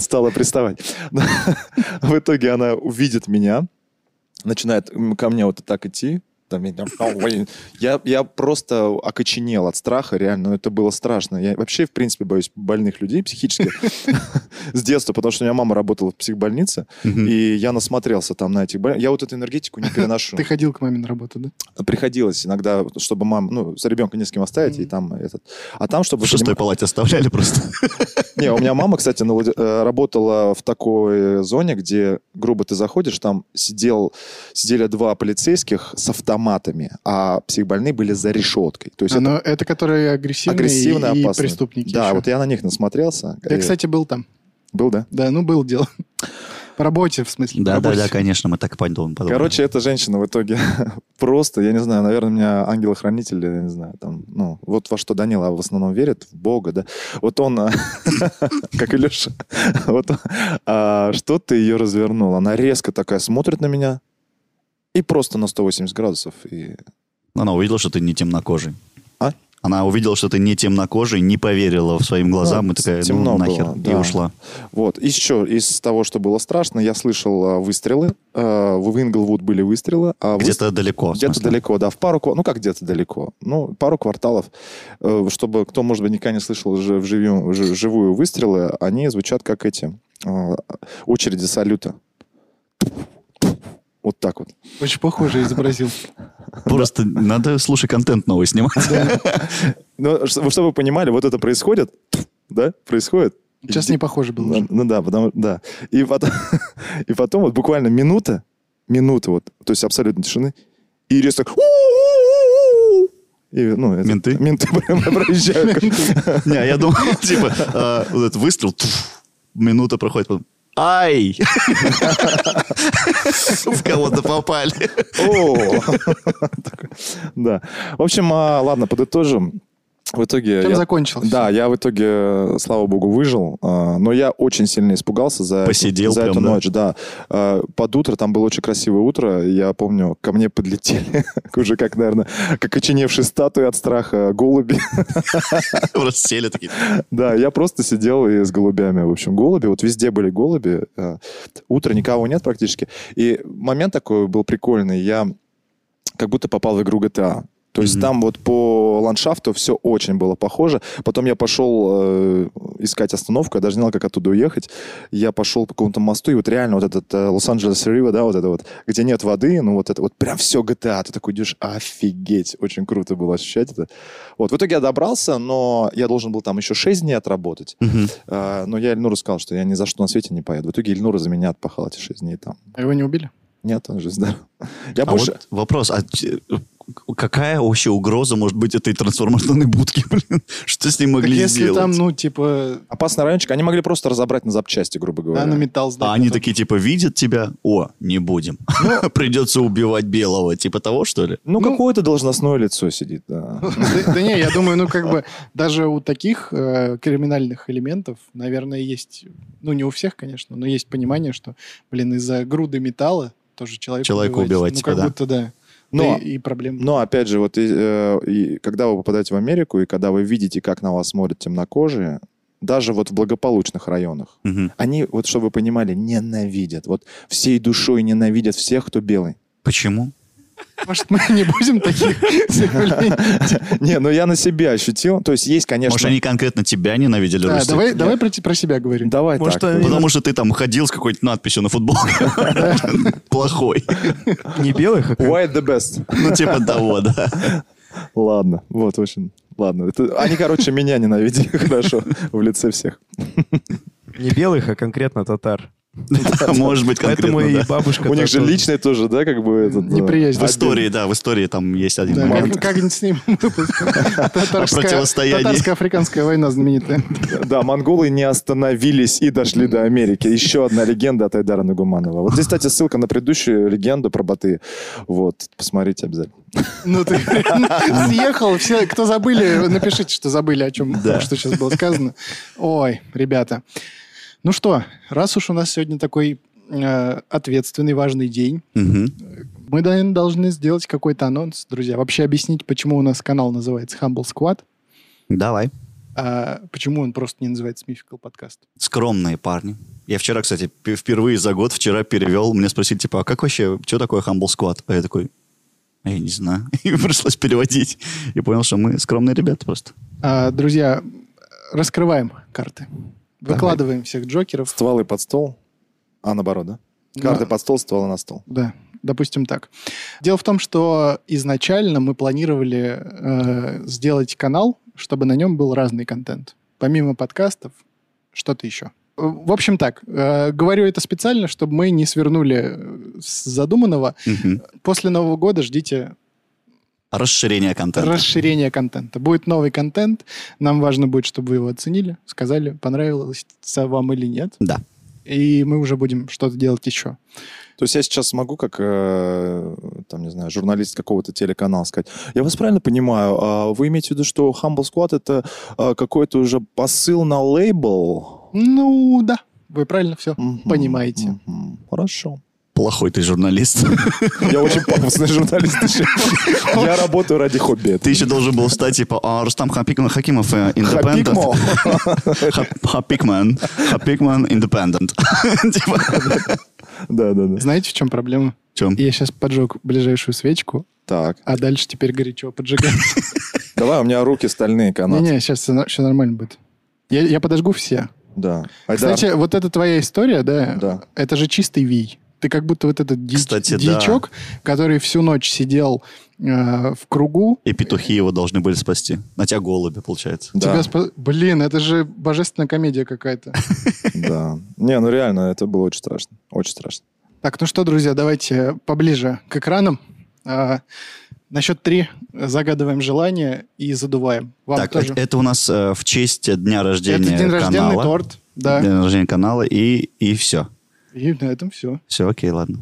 Speaker 3: стала приставать. В итоге она увидит меня, начинает м, ко мне вот так идти, да меня, ау, блин». я, я просто окоченел от страха, реально, ну, это было страшно. Я вообще, в принципе, боюсь больных людей психически с детства, потому что у меня мама работала в психбольнице,
Speaker 1: Мгм.
Speaker 3: и я насмотрелся там на этих боль- Я вот эту энергетику не переношу.
Speaker 2: Ты ходил к маме на работу, да?
Speaker 3: Приходилось иногда, чтобы мам, ну, с ребенка не с кем оставить, и
Speaker 2: Мгм.
Speaker 3: там этот... А там, чтобы...
Speaker 1: В шестой палате оставляли просто.
Speaker 3: Не, у меня мама, кстати, на Влади- э, работала в такой зоне, где, грубо ты заходишь, там сидел, сидели два полицейских с автоматами, а психбольные были за решеткой. То есть
Speaker 2: А,
Speaker 3: это
Speaker 2: но это которые агрессивные
Speaker 3: агрессивно
Speaker 2: и, и
Speaker 3: опасно.
Speaker 2: преступники.
Speaker 3: Да,
Speaker 2: еще.
Speaker 3: вот я на них насмотрелся.
Speaker 2: Я,
Speaker 3: Э,
Speaker 2: кстати, был там.
Speaker 3: Был, да?
Speaker 2: Да, ну, было дело. По работе, в смысле. по
Speaker 1: Да, да,
Speaker 2: работе.
Speaker 1: да, конечно, мы так и подумали.
Speaker 3: Короче, эта женщина в итоге просто, я не знаю, наверное, у меня ангелы-хранители, я не знаю, там, ну, вот во что Данила в основном верит, в Бога, да. Вот он, а, как и Леша, вот а, что ты ее развернул? Она резко такая смотрит на меня и просто на 180 градусов. И...
Speaker 1: она увидела, что ты не темнокожий.
Speaker 3: А?
Speaker 1: Она увидела, что ты не темнокожий, не поверила в своим глазам
Speaker 3: Ну,
Speaker 1: и такая, ну,
Speaker 3: темно
Speaker 1: нахер,
Speaker 3: было,
Speaker 1: и
Speaker 3: да.
Speaker 1: ушла.
Speaker 3: Вот, еще из того, что было страшно, я слышал а, выстрелы, а, в Инглвуд были выстрелы. а выс-
Speaker 1: Где-то далеко. в
Speaker 3: Где-то
Speaker 1: смысле.
Speaker 3: далеко, да, в пару, ква- ну как где-то далеко, ну пару кварталов, Э, чтобы кто, может быть, никогда не слышал жи- вживью- жи- живую выстрелы, они звучат как эти э, очереди салюта. Вот так вот.
Speaker 2: Очень похоже изобразил.
Speaker 1: Просто надо, слушай, контент новый снимать.
Speaker 3: Но Ну, ш- вы- чтобы вы понимали, вот это происходит, да, происходит.
Speaker 2: Сейчас не похоже было
Speaker 3: Ну,
Speaker 2: уже.
Speaker 3: ну да, потому да. И потом, и потом вот буквально минута, минута вот, то есть абсолютно тишины, и резко так «У-у-у-у-у». И, ну, это-
Speaker 1: Менты?
Speaker 3: Менты прямо проезжают.
Speaker 1: Не, я думал, типа, э, вот этот выстрел, туф, минута проходит, потом, ай! В кого-то попали.
Speaker 3: О! Такой, Да. В общем, а, ладно, подытожим. В итоге...
Speaker 2: Чем
Speaker 3: я-
Speaker 2: закончилось?
Speaker 3: Да, я в итоге, э, слава богу, выжил, а, но я очень сильно испугался за,
Speaker 1: Посидел
Speaker 3: за
Speaker 1: прям,
Speaker 3: эту
Speaker 1: да?
Speaker 3: ночь, да. А, Под утро, там было очень красивое утро, я помню, ко мне подлетели, уже как, наверное, как очиневшие статуи от страха голуби.
Speaker 1: Просто сели такие.
Speaker 3: Да, я просто сидел и с голубями, в общем, голуби. Вот везде были голуби. э, Утро никого нет практически. И момент такой был прикольный. Я как будто попал в игру GTA. То есть
Speaker 1: Мгм.
Speaker 3: там вот по ландшафту все очень было похоже. Потом я пошел э, искать остановку, я даже не знал, как оттуда уехать. Я пошел по какому-то мосту, и вот реально вот этот э, Лос-Анджелес Рива, да, вот это вот, где нет воды, ну вот это вот прям все GTA. Ты такой идешь, офигеть, очень круто было ощущать это. Вот, в итоге я добрался, но я должен был там еще 6 дней отработать.
Speaker 1: Мгм.
Speaker 3: Э, но я Ильнуру сказал, что я ни за что на свете не поеду. В итоге Ильнура за меня отпахал эти 6 дней там.
Speaker 2: А Его не убили?
Speaker 3: Нет, он же здоров. Я
Speaker 1: А
Speaker 3: больше...
Speaker 1: вот вопрос, а те- какая вообще угроза может быть этой трансформаторной будки, блин? Что с ней
Speaker 2: Так
Speaker 1: могли
Speaker 2: если
Speaker 1: сделать?
Speaker 2: там, ну, типа,
Speaker 3: Опасный райончик. Они могли просто разобрать на запчасти, грубо говоря.
Speaker 2: нанометалл сдать.
Speaker 1: А они
Speaker 2: потом.
Speaker 1: такие, типа, видят тебя? О, не будем. Придется убивать белого. Типа того, что ли?
Speaker 3: Ну,
Speaker 2: Ну,
Speaker 3: какое-то должностное лицо сидит, да.
Speaker 2: Да да не, я думаю, ну, как бы, даже у таких э, криминальных элементов, наверное, есть, ну, не у всех, конечно, но есть понимание, что, блин, из-за груды металла тоже человек
Speaker 1: Человека убивать,
Speaker 2: Ну,
Speaker 1: типа,
Speaker 2: как
Speaker 1: да.
Speaker 2: будто, да.
Speaker 3: Но,
Speaker 2: Да И и проблемы.
Speaker 3: но опять же, вот и, э, и когда вы попадаете в Америку, и когда вы видите, как на вас смотрят темнокожие, даже вот в благополучных районах,
Speaker 1: Мгм.
Speaker 3: они, вот чтобы вы понимали, ненавидят. Вот всей душой ненавидят всех, кто белый.
Speaker 1: Почему?
Speaker 2: Может, мы не будем таких заявлений?
Speaker 3: Не, ну я на себе ощутил. То есть есть, конечно...
Speaker 1: Может, они конкретно тебя ненавидели,
Speaker 2: Да,
Speaker 1: Рустик?
Speaker 2: давай, давай про, те- про себя говорим.
Speaker 3: Давай
Speaker 4: Может,
Speaker 3: так.
Speaker 4: они-
Speaker 1: Потому что ты там ходил с какой-то надписью на футболке. Плохой.
Speaker 4: Не белых, а как-
Speaker 3: White the best.
Speaker 1: Ну, типа того, да.
Speaker 3: Ладно, вот, в общем, ладно. Это- Они, короче, меня ненавидели хорошо в лице всех.
Speaker 4: не белых, а конкретно татар.
Speaker 1: Может быть,
Speaker 4: Поэтому
Speaker 1: конкретно,
Speaker 4: и
Speaker 1: да.
Speaker 4: бабушка...
Speaker 3: У них же
Speaker 4: татар.
Speaker 3: личное тоже, да, как бы... этот, э,
Speaker 2: Неприязнь.
Speaker 1: В истории, да, в истории там есть один
Speaker 2: Да,
Speaker 1: момент.
Speaker 2: как, как с ним выпуск. Татарская-
Speaker 1: противостоянии.
Speaker 2: Татарско-африканская война знаменитая.
Speaker 3: Да, монголы не остановились и дошли до Америки. Еще одна легенда от Айдара Нагуманова. Вот здесь, кстати, ссылка на предыдущую легенду про Баты. Вот, посмотрите обязательно.
Speaker 2: Ну ты реально съехал. Все, кто забыли, напишите, что забыли, о чем, что сейчас было сказано. Ой, ребята. Ну что, раз уж у нас сегодня такой э, ответственный, важный день,
Speaker 1: Мгм.
Speaker 2: мы, наверное, должны сделать какой-то анонс, друзья. Вообще объяснить, почему у нас канал называется Humble Squad,
Speaker 1: Давай.
Speaker 2: а почему он просто не называется Mythical Podcast.
Speaker 1: Скромные парни. Я вчера, кстати, п- впервые за год вчера перевел, мне спросили, типа, а как вообще, что такое Humble Squad? А я такой, А я не знаю. И пришлось переводить. И понял, что мы скромные ребята просто.
Speaker 2: А, друзья, раскрываем карты.
Speaker 3: Давай.
Speaker 2: Выкладываем всех джокеров.
Speaker 3: Стволы под стол, а наоборот, да? Карты
Speaker 2: Да.
Speaker 3: под стол, стволы на стол.
Speaker 2: Да, допустим так. Дело в том, что изначально мы планировали э, сделать канал, чтобы на нем был разный контент. Помимо подкастов, что-то еще. Э, В общем так, э, говорю это специально, чтобы мы не свернули э, с задуманного.
Speaker 1: Мгм.
Speaker 2: После Нового года ждите
Speaker 1: Расширение контента.
Speaker 2: расширение контента. Будет новый контент. Нам важно будет, чтобы вы его оценили, сказали, понравилось вам или нет.
Speaker 1: Да.
Speaker 2: И мы уже будем что-то делать еще.
Speaker 3: То есть я сейчас смогу, как, э, там, не знаю, журналист какого-то телеканала сказать, я вас правильно понимаю, а вы имеете в виду, что Humble Squad это э, какой-то уже посыл на лейбл?
Speaker 2: Ну да, вы правильно все
Speaker 3: Мгм,
Speaker 2: понимаете.
Speaker 3: мгм. Хорошо.
Speaker 1: Плохой ты журналист.
Speaker 3: Я очень пафосный журналист. еще. Я работаю ради хобби.
Speaker 1: Ты еще должен был встать, типа, «А, Рустам Хапик- Хакимов э, Independent.
Speaker 3: Хапикмо.
Speaker 1: Хап- Хапикман. Хапикман Independent. Типа,
Speaker 3: Да, да, да.
Speaker 2: Знаете, в чем проблема?
Speaker 1: в чём?
Speaker 2: Я сейчас поджег ближайшую свечку,
Speaker 3: Так,
Speaker 2: а дальше теперь горячо поджигаю.
Speaker 3: давай, у меня руки стальные канаты.
Speaker 2: Не-не, сейчас все нормально будет. Я, я подожгу все.
Speaker 3: Да. Айдар,
Speaker 2: Кстати, вот это твоя история, да?
Speaker 3: Да.
Speaker 2: Это же чистый вий. Ты как будто вот этот дич-
Speaker 1: Кстати, да.
Speaker 2: дичок, который всю ночь сидел э, в кругу.
Speaker 1: И петухи его должны были спасти. На тебя голуби, получается.
Speaker 3: Да.
Speaker 2: Тебя спа- Блин, это же божественная комедия какая-то.
Speaker 3: Да. Не, ну реально, это было очень страшно. Очень страшно.
Speaker 2: Так, ну что, друзья, давайте поближе к экранам. А, на счет три загадываем желание и задуваем. Вам
Speaker 1: Так,
Speaker 2: тоже.
Speaker 1: это, это у нас э, в честь дня
Speaker 2: Это
Speaker 1: рождения
Speaker 2: день рожденный
Speaker 1: канала.
Speaker 2: торт. Да.
Speaker 1: День рождения канала и, и все.
Speaker 2: И на этом все.
Speaker 1: Все, окей, ладно.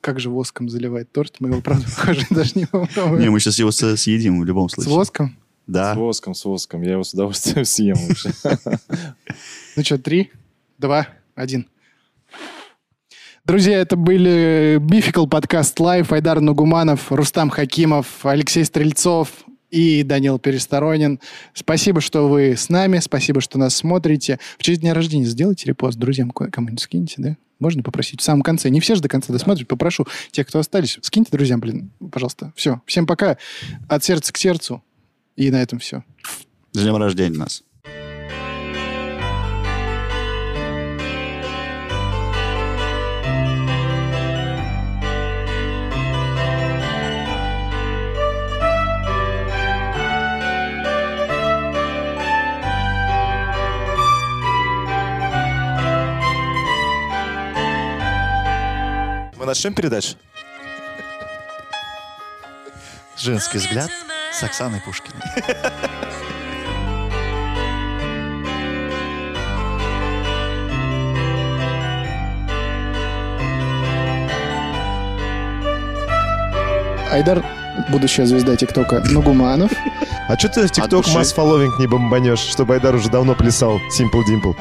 Speaker 2: Как же воском заливает торт? Мы его, правда, похоже, даже не
Speaker 1: Не,
Speaker 2: попробуем.
Speaker 1: мы сейчас его со- съедим в любом
Speaker 2: С
Speaker 1: случае.
Speaker 2: воском?
Speaker 3: С
Speaker 1: Да.
Speaker 3: воском, с воском. Я его с удовольствием съем вообще.
Speaker 2: Ну что, три, два, один. Друзья, это были Бификл подкаст Лайв, Айдар Нугуманов, Рустам Хакимов, Алексей Стрельцов и Данил Пересторонин. Спасибо, что вы с нами, спасибо, что нас смотрите. В честь дня рождения сделайте репост, друзьям ко- кому-нибудь скиньте, да? Можно попросить в самом конце. Не все же до конца досмотрят. Попрошу тех, кто остались, скиньте друзьям, блин, пожалуйста. Все, всем пока. От сердца к сердцу. И на этом все.
Speaker 1: С днем рождения нас.
Speaker 3: Мы начнем передачу?
Speaker 1: Женский взгляд с Оксаной Пушкиной.
Speaker 2: Айдар, будущая звезда ТикТока Нугуманов.
Speaker 5: А что ты в
Speaker 1: От
Speaker 5: ТикТок
Speaker 1: души.
Speaker 5: масс фолловинг не бомбанешь, чтобы Айдар уже давно плясал Simple Dimple?